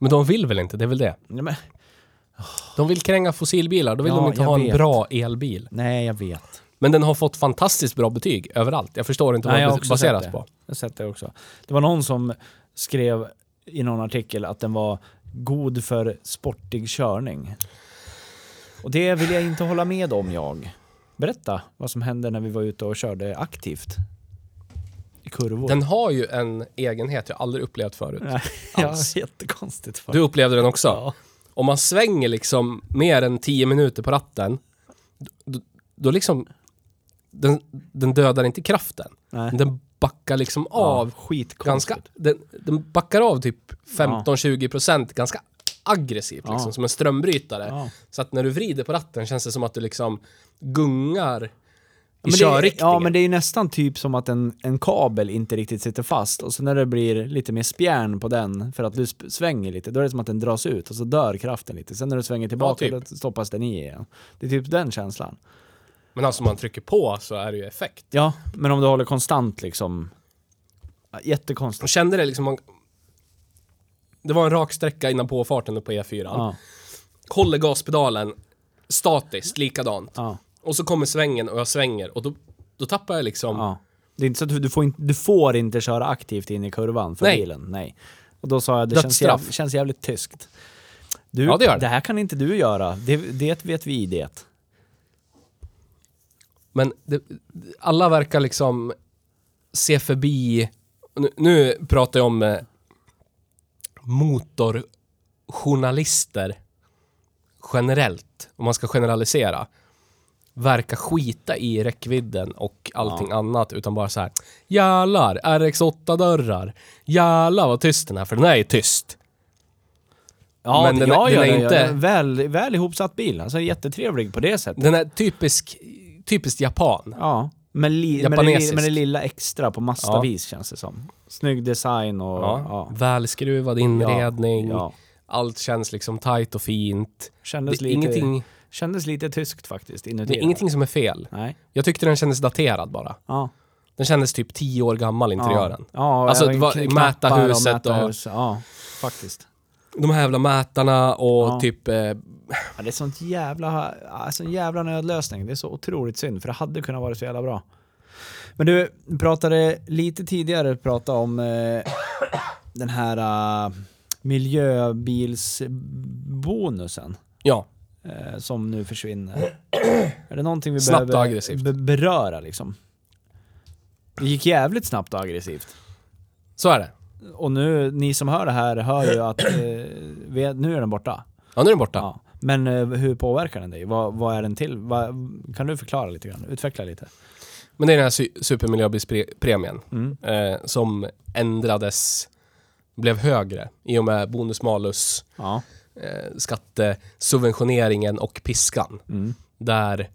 Speaker 2: Men de vill väl inte, det är väl det.
Speaker 1: Nej, men,
Speaker 2: De vill kränga fossilbilar, då vill
Speaker 1: Ja,
Speaker 2: de inte
Speaker 1: jag
Speaker 2: ha en
Speaker 1: vet.
Speaker 2: bra elbil.
Speaker 1: nej jag vet.
Speaker 2: Men den har fått fantastiskt bra betyg överallt. Jag förstår inte vad
Speaker 1: Nej, jag har
Speaker 2: det
Speaker 1: också
Speaker 2: baseras
Speaker 1: sett det.
Speaker 2: på.
Speaker 1: Jag har sett det också. Det var någon som skrev i någon artikel att den var god för sportig körning. Och det vill jag inte hålla med om jag. Berätta vad som hände när vi var ute och körde aktivt. I kurvor.
Speaker 2: Den har ju en egenhet jag aldrig upplevt förut.
Speaker 1: Nej, [laughs] ja, jättekonstigt. För.
Speaker 2: Du upplevde den också?
Speaker 1: Ja.
Speaker 2: Om man svänger liksom mer än 10 minuter på ratten, då, då liksom... Den, den dödar inte kraften.
Speaker 1: Nej.
Speaker 2: Den backar liksom
Speaker 1: Ja,
Speaker 2: av
Speaker 1: skitkonstigt.
Speaker 2: ganska, den, den backar av typ 15-20% ganska aggressivt
Speaker 1: Ja.
Speaker 2: liksom, som en strömbrytare.
Speaker 1: Ja.
Speaker 2: Så att när du vrider på ratten känns det som att du liksom gungar i
Speaker 1: Men det-
Speaker 2: körriktningen.
Speaker 1: Ja, men det är ju nästan typ som att en, en kabel inte riktigt sitter fast och så när det blir lite mer spjärn på den för att du sp- svänger lite, då är det som att den dras ut och så dör kraften lite. Sen när du svänger tillbaka
Speaker 2: typ.
Speaker 1: då stoppas den i igen. Det är typ den känslan.
Speaker 2: men alltså om man trycker på så är det ju effekt.
Speaker 1: Ja, men om du håller konstant liksom. Ja,
Speaker 2: Och
Speaker 1: Jättekonstigt.
Speaker 2: kände det liksom... Man, det var en rak sträcka innan påfarten på E4.
Speaker 1: Ja,
Speaker 2: Håller gaspedalen statiskt, likadant.
Speaker 1: ja,
Speaker 2: Och så kommer svängen och jag svänger och då, då tappar jag liksom...
Speaker 1: ja. Det är inte så att du, du, får inte, du får inte köra aktivt in i kurvan för
Speaker 2: Nej.
Speaker 1: bilen. Nej. Och då sa jag, det känns,
Speaker 2: Dödsstraff.
Speaker 1: jäv, känns jävligt tyskt. Du,
Speaker 2: Ja, det gör det.
Speaker 1: det här kan inte du göra. Det, det vet vi det.
Speaker 2: Men det, alla verkar liksom se förbi... Nu, nu pratar jag om eh, motorjournalister generellt, om man ska generalisera. Verkar skita i räckvidden och allting annat, utan bara så här. Jävlar, RX8-dörrar. Jävlar vad tyst den är, för den är ju tyst.
Speaker 1: Ja,
Speaker 2: Men
Speaker 1: det-
Speaker 2: den är-
Speaker 1: ja,
Speaker 2: den
Speaker 1: ja,
Speaker 2: är
Speaker 1: ja,
Speaker 2: inte-
Speaker 1: ja, den är väl, väl ihopsatt bil. Alltså jättetrevlig på det sättet.
Speaker 2: Den är typisk, typiskt japan.
Speaker 1: Ja. Men, li, men, det, li-
Speaker 2: Japanesiskt.
Speaker 1: men det lilla extra på massa
Speaker 2: Ja.
Speaker 1: vis känns det som. Snygg design och...
Speaker 2: Ja.
Speaker 1: Ja.
Speaker 2: Välskruvad inredning.
Speaker 1: Ja.
Speaker 2: Allt känns liksom tight och fint.
Speaker 1: Kändes,
Speaker 2: Det är,
Speaker 1: lite,
Speaker 2: ingenting,
Speaker 1: kändes lite tyskt faktiskt inuti.
Speaker 2: det är ingenting som är fel.
Speaker 1: Nej.
Speaker 2: Jag tyckte den kändes daterad bara.
Speaker 1: Ja.
Speaker 2: Den kändes typ tio år gammal, interiören.
Speaker 1: Ja. ja
Speaker 2: Alltså,
Speaker 1: även
Speaker 2: det var-
Speaker 1: kn-
Speaker 2: mäta
Speaker 1: knappar och
Speaker 2: huset
Speaker 1: mäta
Speaker 2: och-
Speaker 1: hus. Ja, faktiskt.
Speaker 2: De här jävla mätarna och
Speaker 1: Ja.
Speaker 2: typ... Eh,
Speaker 1: Ja, det är sånt jävla, alltså en jävla nödlösning. Det är så otroligt synd, för det hade kunnat vara så jävla bra. Men du pratade lite tidigare pratade om eh, den här eh, miljöbilsbonusen
Speaker 2: ja.
Speaker 1: eh, som nu försvinner. är det någonting vi
Speaker 2: Snabbt och
Speaker 1: behöver
Speaker 2: aggressivt.
Speaker 1: be- beröra liksom? Det gick jävligt snabbt och aggressivt.
Speaker 2: Så är det.
Speaker 1: Och nu, ni som hör det här hör ju att eh, vi- nu är den borta.
Speaker 2: Ja, nu är den borta.
Speaker 1: Ja. Men eh, hur påverkar den dig? Vad, vad är den till? Vad, kan du förklara lite grann? Utveckla lite.
Speaker 2: Men det är den här su- supermiljöbilspremien
Speaker 1: Mm.
Speaker 2: eh, som ändrades, blev högre i och med bonus-malus,
Speaker 1: Ja.
Speaker 2: eh, skattesubventioneringen och piskan.
Speaker 1: Mm.
Speaker 2: Där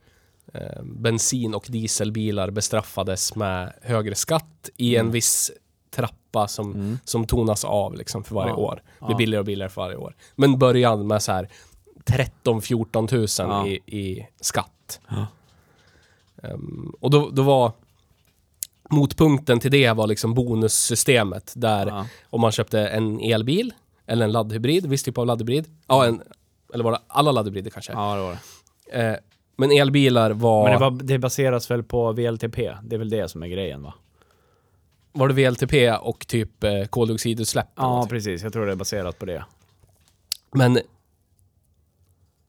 Speaker 2: eh, bensin och dieselbilar bestraffades med högre skatt i
Speaker 1: Mm.
Speaker 2: en viss trappa som, som tonas av liksom för varje
Speaker 1: Ja.
Speaker 2: år.
Speaker 1: Ja.
Speaker 2: Det blir billigare och billigare för varje år. Men början med så här 13-14 tusen
Speaker 1: Ja.
Speaker 2: i, i skatt.
Speaker 1: Ja.
Speaker 2: Ehm, och då, då var motpunkten till det var liksom bonussystemet där
Speaker 1: Ja.
Speaker 2: om man köpte en elbil eller en laddhybrid, viss typ av laddhybrid. Ja, en, eller var det alla laddhybrider kanske?
Speaker 1: ja, det var det.
Speaker 2: Eh, men elbilar var...
Speaker 1: Men det,
Speaker 2: var...
Speaker 1: var, det baseras väl på VLTP? Det är väl det som är grejen va?
Speaker 2: det VLTP och typ eh, koldioxidutsläpp? eller
Speaker 1: Ja,
Speaker 2: någonting?
Speaker 1: precis. Jag tror det är baserat på det.
Speaker 2: Men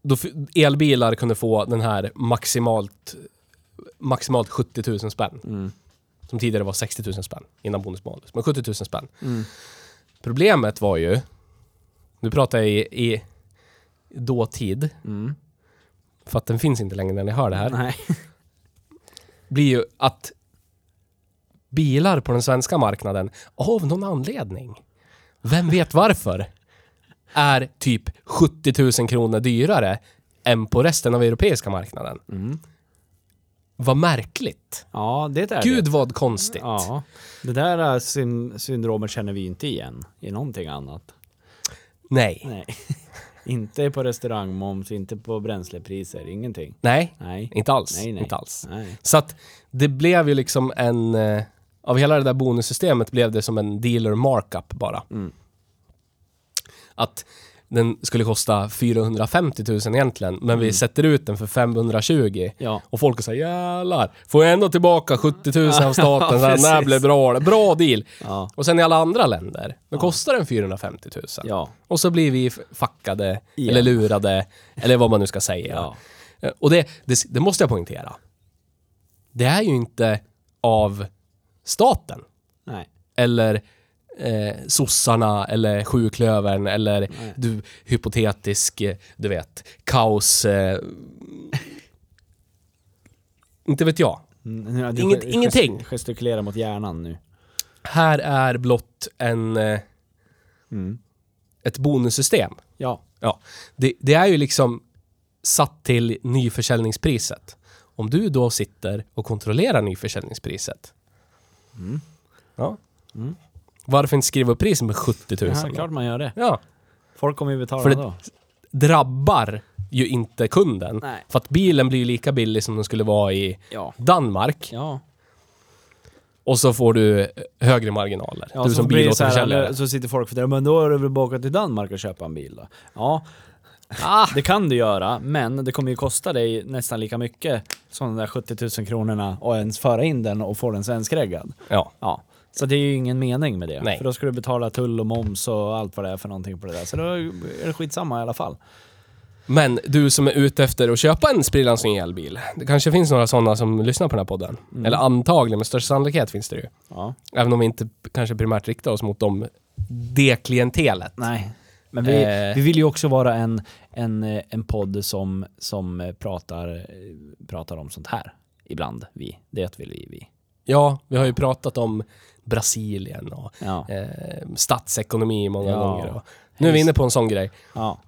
Speaker 2: då f- elbilar kunde få den här maximalt, maximalt 70 000 spänn. Som tidigare var 60 000 spänn innan bonus-malus. Men 70 000 spänn. Problemet var ju, nu pratar jag i, i dåtid, för att den finns inte längre när ni hör det här,
Speaker 1: Nej.
Speaker 2: blir ju att bilar på den svenska marknaden av någon anledning, vem vet varför, är typ 70 000 kronor dyrare än på resten av europeiska marknaden.
Speaker 1: Mm.
Speaker 2: Vad märkligt.
Speaker 1: Ja, det är
Speaker 2: Gud
Speaker 1: det.
Speaker 2: vad konstigt.
Speaker 1: Ja. Det där eh, syn- syndromet känner vi ju inte igen i någonting annat.
Speaker 2: Nej.
Speaker 1: Nej. [laughs] inte på restaurangmoms, inte på bränslepriser, ingenting.
Speaker 2: Nej.
Speaker 1: Nej.
Speaker 2: Inte alls.
Speaker 1: Nej, nej.
Speaker 2: Inte alls.
Speaker 1: Nej.
Speaker 2: Så att det blev ju liksom en... eh, Av hela det där bonussystemet blev det som en dealer markup bara.
Speaker 1: Mm.
Speaker 2: Att den skulle kosta 450 000 egentligen, men vi sätter ut den för 520.
Speaker 1: Mm. Ja.
Speaker 2: Och folk säger jävlar, får jag ändå tillbaka 70
Speaker 1: [laughs]
Speaker 2: 000 av staten?
Speaker 1: Ja,
Speaker 2: ja, den här
Speaker 1: precis.
Speaker 2: blev bra, bra deal.
Speaker 1: Ja.
Speaker 2: Och sen i alla andra länder, då kostar den 450 000.
Speaker 1: Ja.
Speaker 2: Och så blir vi f- fuckade,
Speaker 1: Igen.
Speaker 2: eller lurade, eller vad man nu ska säga.
Speaker 1: Ja.
Speaker 2: Eh, Och det, det, det måste jag poängtera. Det är ju inte av staten
Speaker 1: Nej.
Speaker 2: eller eh, sossarna eller sjuklövern eller du hypotetisk, eh, du vet, kaos. Eh, inte vet jag.
Speaker 1: Mm, ja,
Speaker 2: Inget-
Speaker 1: gest-
Speaker 2: ingenting.
Speaker 1: Gestikulera mot hjärnan nu.
Speaker 2: Här är blott en, eh,
Speaker 1: Mm.
Speaker 2: ett bonussystem.
Speaker 1: Ja.
Speaker 2: Ja, det, det är ju liksom satt till nyförsäljningspriset. Om du då sitter och kontrollerar nyförsäljningspriset. Ja. Varför inte skriva upp priset med 70
Speaker 1: Det
Speaker 2: 000?
Speaker 1: är
Speaker 2: då?
Speaker 1: klart man gör det.
Speaker 2: Ja.
Speaker 1: Folk kommer ju betala
Speaker 2: För det-
Speaker 1: då.
Speaker 2: Drabbar ju inte kunden.
Speaker 1: Nej.
Speaker 2: För att bilen blir ju lika billig som den skulle vara i
Speaker 1: Ja.
Speaker 2: Danmark.
Speaker 1: Ja.
Speaker 2: Och så får du eh, högre marginaler.
Speaker 1: Ja,
Speaker 2: du
Speaker 1: så
Speaker 2: som
Speaker 1: blir det så, här,
Speaker 2: bilåterförsäljare.
Speaker 1: så sitter folk och funderar, men då är det väl bara att åka till Danmark och köpa en bil då? Ja,
Speaker 2: Ah.
Speaker 1: det kan du göra, men det kommer ju kosta dig nästan lika mycket som de där 70 000 kronorna och ens föra in den och få den svenskreggad.
Speaker 2: Ja.
Speaker 1: Ja, så det är ju ingen mening med det.
Speaker 2: Nej.
Speaker 1: För då ska du betala tull och moms och allt vad det är för någonting på det där. Så då är det skitsamma i alla fall.
Speaker 2: Men du som är ute efter att köpa en sprillans ny elbil. Det kanske finns några sådana som lyssnar på den här podden.
Speaker 1: Mm.
Speaker 2: Eller antagligen, med största sannolikhet finns det ju.
Speaker 1: Ja,
Speaker 2: Även om vi inte p- kanske primärt riktar oss mot dem, det klientelet.
Speaker 1: nej. Men vi,
Speaker 2: Eh.
Speaker 1: vi vill ju också vara en, en, eh, en podd som, som eh, pratar, eh, pratar om sånt här. Ibland, vi. Det vill vi. vi.
Speaker 2: Ja, vi har ju pratat om Brasilien och
Speaker 1: Ja.
Speaker 2: eh, statsekonomi många
Speaker 1: Ja.
Speaker 2: gånger. Och nu är vi inne på en sån grej.
Speaker 1: Ja,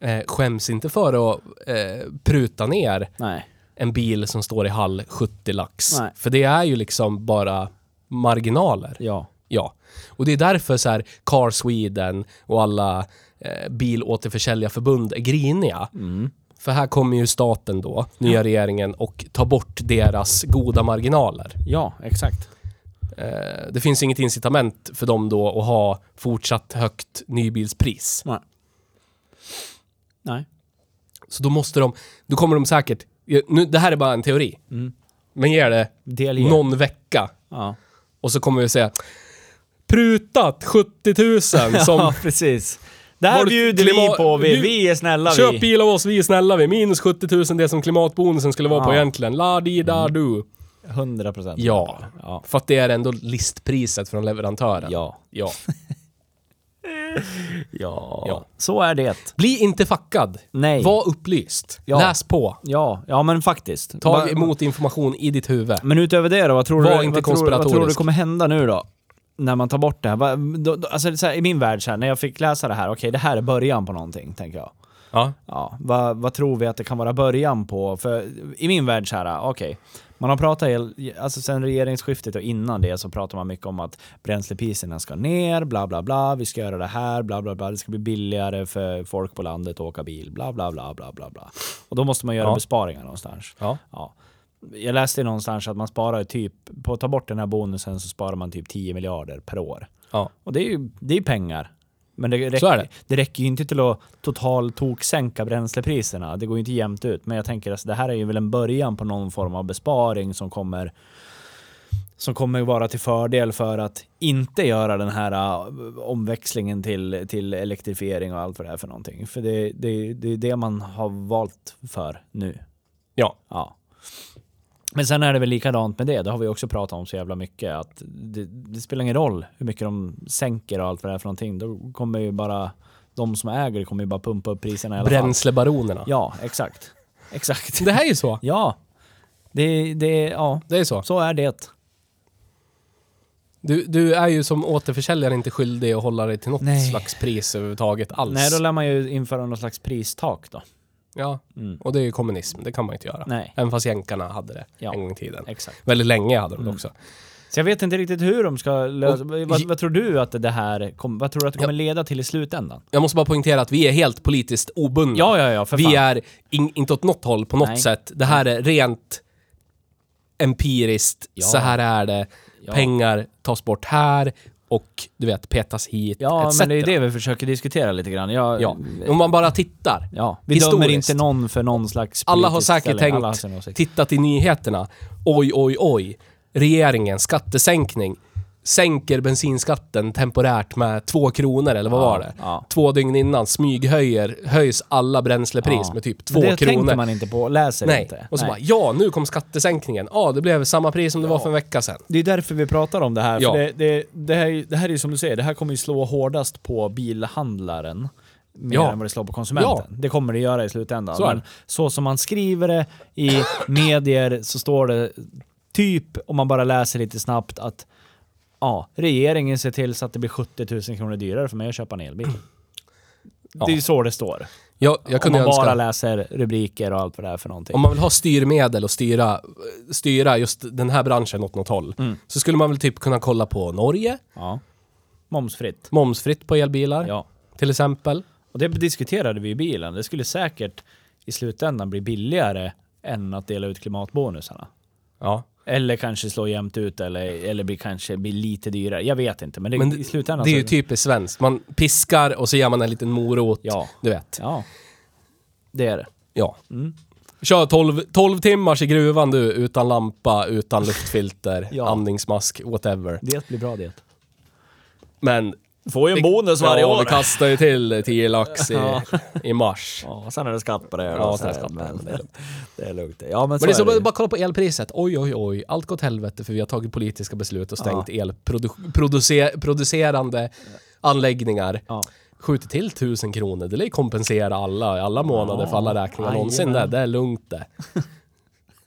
Speaker 2: Eh, skäms inte för att eh, pruta ner
Speaker 1: nej.
Speaker 2: en bil som står i hall 70 lax.
Speaker 1: Nej.
Speaker 2: För det är ju liksom bara marginaler.
Speaker 1: Ja.
Speaker 2: Ja, och det är därför så här Car Sweden och alla eh, bilåterförsäljarförbund är griniga. För här kommer ju staten då, nya regeringen, och tar bort deras goda marginaler.
Speaker 1: Ja, exakt.
Speaker 2: Eh, det finns inget incitament för dem då att ha fortsatt högt nybilspris.
Speaker 1: Nej. Nej.
Speaker 2: Så då måste de, då kommer de säkert, nu, det här är bara en teori, men ger det
Speaker 1: Delge.
Speaker 2: någon vecka
Speaker 1: E. Ja.
Speaker 2: och så kommer vi säga prutat 70 000 som
Speaker 1: [laughs] ja, precis. Det här
Speaker 2: Vårt
Speaker 1: bjuder vi
Speaker 2: klimat-
Speaker 1: på. Vi,
Speaker 2: bjud-
Speaker 1: vi är snälla
Speaker 2: Köp
Speaker 1: vi.
Speaker 2: bil av oss, vi är snälla vi. Minus 70 000 det som klimatbonusen skulle vara på
Speaker 1: Ja.
Speaker 2: egentligen. La di da du.
Speaker 1: 100 procent.
Speaker 2: Ja.
Speaker 1: ja.
Speaker 2: För att det är ändå listpriset från leverantören.
Speaker 1: Ja.
Speaker 2: ja.
Speaker 1: Ja.
Speaker 2: Ja.
Speaker 1: Så är det.
Speaker 2: Bli inte fackad.
Speaker 1: Nej.
Speaker 2: Var upplyst.
Speaker 1: Ja.
Speaker 2: Läs på.
Speaker 1: Ja, ja men faktiskt.
Speaker 2: Ta
Speaker 1: Bara-
Speaker 2: emot information i ditt huvud.
Speaker 1: Men utöver det då, vad tror,
Speaker 2: Var
Speaker 1: du,
Speaker 2: inte
Speaker 1: vad, tror, vad tror du
Speaker 2: konspiratorisk.
Speaker 1: kommer hända nu då? När man tar bort det här? Va, då, då, alltså, så här, I min värld så här, när jag fick läsa det här, okej det här är början på någonting, tänker jag.
Speaker 2: Ja.
Speaker 1: Ja, vad, vad tror vi att det kan vara början på? För i min värld så här, okej. Man har pratat, el- alltså sen regeringsskiftet och innan det så pratar man mycket om att bränslepriserna ska ner, bla bla bla, vi ska göra det här, bla bla bla, det ska bli billigare för folk på landet att åka bil, bla bla bla bla bla bla. Och då måste man göra
Speaker 2: Ja.
Speaker 1: besparingar någonstans.
Speaker 2: Ja.
Speaker 1: Ja. Jag läste någonstans att man sparar typ, på att ta bort den här bonusen så sparar man typ 10 miljarder per år.
Speaker 2: Ja.
Speaker 1: Och det är ju det är ju pengar. Men det räcker,
Speaker 2: är
Speaker 1: det.
Speaker 2: det.
Speaker 1: räcker ju inte till att total toksänka bränslepriserna. Det går ju inte jämnt ut. Men jag tänker att det här är ju väl en början på någon form av besparing som kommer som kommer ju vara till fördel för att inte göra den här äh, omväxlingen till, till elektrifiering och allt vad det är för någonting. För det, det, det är det man har valt för nu.
Speaker 2: Ja.
Speaker 1: Ja. Men sen är det väl likadant med det. Det har vi också pratat om så jävla mycket. Att det, det spelar ingen roll hur mycket de sänker och allt vad det är för någonting. Då kommer ju bara de som äger det kommer ju bara pumpa upp priserna i alla fall.
Speaker 2: Bränslebaronerna.
Speaker 1: Ja, exakt. Exakt.
Speaker 2: Det här är ju så.
Speaker 1: Ja. Det, det, ja.
Speaker 2: Det är så.
Speaker 1: Så är det.
Speaker 2: Du, du är ju som återförsäljare inte skyldig att hålla dig till något
Speaker 1: Nej.
Speaker 2: slags pris överhuvudtaget alls.
Speaker 1: Nej, då lär man ju införa någon slags pristak då.
Speaker 2: Ja,
Speaker 1: Mm.
Speaker 2: och det är ju kommunism. Det kan man ju inte göra.
Speaker 1: Nej.
Speaker 2: Även fast jänkarna hade det
Speaker 1: Ja.
Speaker 2: en gång i tiden.
Speaker 1: Exakt. Mm.
Speaker 2: Väldigt länge hade de det också.
Speaker 1: Så jag vet inte riktigt hur de ska lösa...
Speaker 2: Och-
Speaker 1: Vad, vad tror du att det här kom, Vad tror du att det kommer leda till i slutändan?
Speaker 2: Jag måste bara poängtera att vi är helt politiskt obundna.
Speaker 1: Ja, ja, ja, för
Speaker 2: vi
Speaker 1: fan.
Speaker 2: är in, inte åt något håll på något
Speaker 1: Nej.
Speaker 2: sätt. Det här är rent empiriskt.
Speaker 1: Ja.
Speaker 2: Så här är det.
Speaker 1: Ja.
Speaker 2: Pengar tas bort här och du vet, petas hit.
Speaker 1: Ja,
Speaker 2: etc.
Speaker 1: men det är det vi försöker diskutera lite grann. Jag,
Speaker 2: Ja. Om man bara tittar.
Speaker 1: Ja, vi
Speaker 2: Historiskt.
Speaker 1: dömer inte någon för någon slags
Speaker 2: Alla har
Speaker 1: politisk
Speaker 2: säkert
Speaker 1: ställning. Alla har sin
Speaker 2: tänkt,
Speaker 1: åsikt.
Speaker 2: tittat i nyheterna. Oj, oj, oj. Regeringen, skattesänkning. Sänker bensinskatten temporärt med två kronor, eller vad
Speaker 1: Ja,
Speaker 2: var det?
Speaker 1: ja.
Speaker 2: Två dygn innan, smyghöjer, höjs alla bränslepris
Speaker 1: Ja.
Speaker 2: med typ
Speaker 1: Men
Speaker 2: två
Speaker 1: det
Speaker 2: kronor.
Speaker 1: tänker man inte på, läser
Speaker 2: Nej.
Speaker 1: inte.
Speaker 2: Och så
Speaker 1: Nej.
Speaker 2: bara, ja, nu kom skattesänkningen. Ja, det blev samma pris som det var för en vecka sedan.
Speaker 1: det är därför vi pratar om det här.
Speaker 2: Ja.
Speaker 1: För det, det, det, här är- det här är ju som du säger, det här kommer ju slå hårdast på bilhandlaren. Mer
Speaker 2: Ja.
Speaker 1: än vad det slår på konsumenten.
Speaker 2: Ja.
Speaker 1: Det kommer det göra i slutändan.
Speaker 2: Så är det.
Speaker 1: Men så som man skriver det i medier så står det typ, om man bara läser lite snabbt, att ja, regeringen ser till så att det blir 70 000 kronor dyrare för mig att köpa en elbil. Det är ju så det står.
Speaker 2: Jag, jag kunde
Speaker 1: om man bara
Speaker 2: önska...
Speaker 1: läser rubriker och allt vad det är för någonting.
Speaker 2: Om man vill ha styrmedel och styra, styra just den här branschen åt något håll,
Speaker 1: Mm.
Speaker 2: så skulle man väl typ kunna kolla på Norge,
Speaker 1: Ja. Momsfritt.
Speaker 2: momsfritt på elbilar,
Speaker 1: Ja.
Speaker 2: till exempel.
Speaker 1: Och det diskuterade vi i bilen. Det skulle säkert i slutändan bli billigare än att dela ut klimatbonusarna.
Speaker 2: Ja.
Speaker 1: Eller kanske slå jämnt ut eller, eller bli, kanske bli lite dyrare. Jag vet inte, men, det,
Speaker 2: Men
Speaker 1: i slutändan
Speaker 2: det är ju
Speaker 1: så-
Speaker 2: typiskt svenskt. Man piskar och så ger man en liten morot.
Speaker 1: Ja.
Speaker 2: Du vet.
Speaker 1: Ja. Det är det.
Speaker 2: Ja.
Speaker 1: Mm.
Speaker 2: Kör 12, 12 timmars i gruvan du, utan lampa,
Speaker 1: [laughs]
Speaker 2: utan luftfilter,
Speaker 1: Ja.
Speaker 2: andningsmask, whatever.
Speaker 1: Det blir bra det.
Speaker 2: Men...
Speaker 1: Får ju en bonus varje
Speaker 2: ja,
Speaker 1: år.
Speaker 2: vi kastar ju till 10 lax i,
Speaker 1: Ja.
Speaker 2: i mars.
Speaker 1: Ja, sen är det skatt på det.
Speaker 2: Ja,
Speaker 1: då,
Speaker 2: sen är det
Speaker 1: så här,
Speaker 2: skatt på det,
Speaker 1: men-
Speaker 2: det är
Speaker 1: [laughs]
Speaker 2: lugnt.
Speaker 1: Det är lugnt. Ja, men, så
Speaker 2: Men det är så,
Speaker 1: det ju.
Speaker 2: bara kolla på elpriset. Oj, oj, oj. Allt går åt helvete för vi har tagit politiska beslut och stängt elproducerande anläggningar.
Speaker 1: Ja.
Speaker 2: skjuter till tusen kronor, det lär ju kompensera alla i alla månader för alla räkningar
Speaker 1: Jajamän.
Speaker 2: någonsin. Det, det är lugnt det.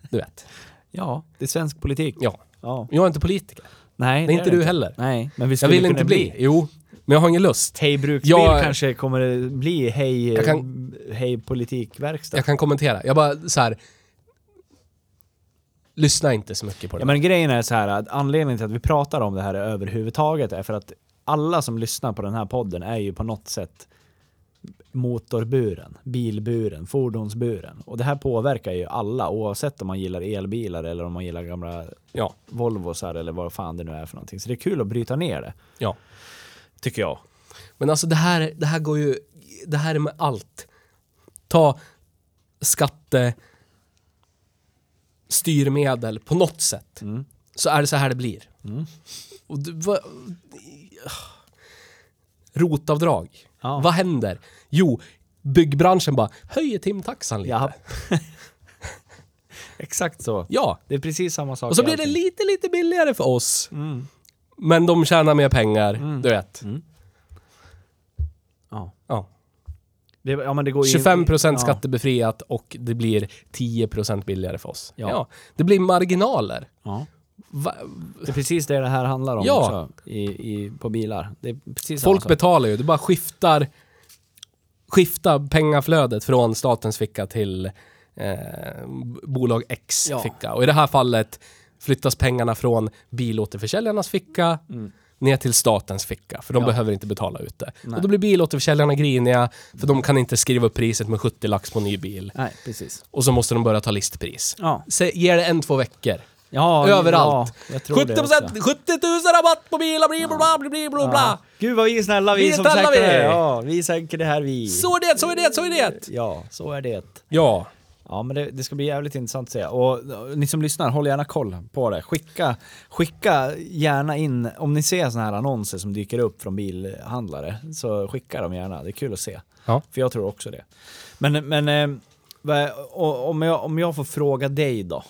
Speaker 2: Du vet.
Speaker 1: ja, det är svensk politik.
Speaker 2: Ja.
Speaker 1: Ja.
Speaker 2: Jag är inte politiker.
Speaker 1: Nej,
Speaker 2: Det är inte
Speaker 1: det
Speaker 2: du heller.
Speaker 1: Nej, men vi
Speaker 2: Jag
Speaker 1: skulle
Speaker 2: vill
Speaker 1: kunna
Speaker 2: inte bli. Jo, men jag har ingen lust.
Speaker 1: Hej bruksbil
Speaker 2: Jag-
Speaker 1: kanske kommer det bli hej,
Speaker 2: Jag kan-
Speaker 1: hej politikverkstad.
Speaker 2: Jag kan kommentera. Jag bara så här. Lyssna inte så mycket på det.
Speaker 1: Ja, men grejen är så här att anledningen till att vi pratar om det här överhuvudtaget är för att alla som lyssnar på den här podden är ju på något sätt motorburen, bilburen, fordonsburen. Och det här påverkar ju alla oavsett om man gillar elbilar eller om man gillar gamla
Speaker 2: ja,
Speaker 1: Volvosar eller vad fan det nu är för någonting. Så det är kul att bryta ner det,
Speaker 2: ja.
Speaker 1: tycker jag.
Speaker 2: Men alltså det här, det här går ju... Det här är med allt. Ta skatte... Styrmedel på något sätt. Så är det så här det blir. Och du, va, rotavdrag.
Speaker 1: Ja.
Speaker 2: Vad händer? Jo, byggbranschen bara höjer timtaxan lite.
Speaker 1: Ja. [laughs] Exakt så.
Speaker 2: Ja.
Speaker 1: Det är precis samma sak.
Speaker 2: Och så
Speaker 1: i
Speaker 2: blir det
Speaker 1: allting.
Speaker 2: lite, lite billigare för oss. Men de tjänar mer pengar, du vet.
Speaker 1: Ja.
Speaker 2: Ja.
Speaker 1: Det, ja, men det går ju-
Speaker 2: 25%
Speaker 1: ja.
Speaker 2: skattebefriat och det blir 10% billigare för oss. Ja.
Speaker 1: Ja.
Speaker 2: Det blir marginaler.
Speaker 1: Ja.
Speaker 2: Va?
Speaker 1: Det är precis det det här handlar om
Speaker 2: Ja.
Speaker 1: också, i, i, på bilar. Det är precis samma
Speaker 2: Folk
Speaker 1: sak.
Speaker 2: betalar ju, du bara skiftar, skiftar pengaflödet från statens ficka till eh, bolag X
Speaker 1: Ja.
Speaker 2: ficka. Och i det här fallet flyttas pengarna från bilåterförsäljarnas ficka ner till statens ficka, för de
Speaker 1: Mm. Ja.
Speaker 2: behöver inte betala ut det.
Speaker 1: Nej.
Speaker 2: Och då blir bilåterförsäljarna griniga, för de kan inte skriva upp priset med 70 lax på ny bil.
Speaker 1: Nej, precis.
Speaker 2: Och så måste de börja ta listpris.
Speaker 1: Ja.
Speaker 2: Se, ger det en, två veckor.
Speaker 1: ja
Speaker 2: [laughs] Överallt.
Speaker 1: Ja, jag tror
Speaker 2: 70
Speaker 1: det också.
Speaker 2: 70 000 rabatt på bilar, bli bla bla, bli bli bla bla.
Speaker 1: Ja. Gud vad vi är snälla vi,
Speaker 2: Vi är
Speaker 1: som
Speaker 2: snälla,
Speaker 1: säkert
Speaker 2: vi.
Speaker 1: det. Ja, vi säkert det här vi.
Speaker 2: Så är det, så är det, så är det.
Speaker 1: Ja, så är det.
Speaker 2: Ja.
Speaker 1: Ja, men det, det ska bli jävligt intressant att se. Och eh, ni som lyssnar, håll gärna koll på det. Skicka, skicka gärna in, om ni ser såna här annonser som dyker upp från bilhandlare, så skicka dem gärna. Det är kul att se.
Speaker 2: Ja.
Speaker 1: För jag tror också det. Men, men eh, vad- och- om, jag, om jag får fråga dig då.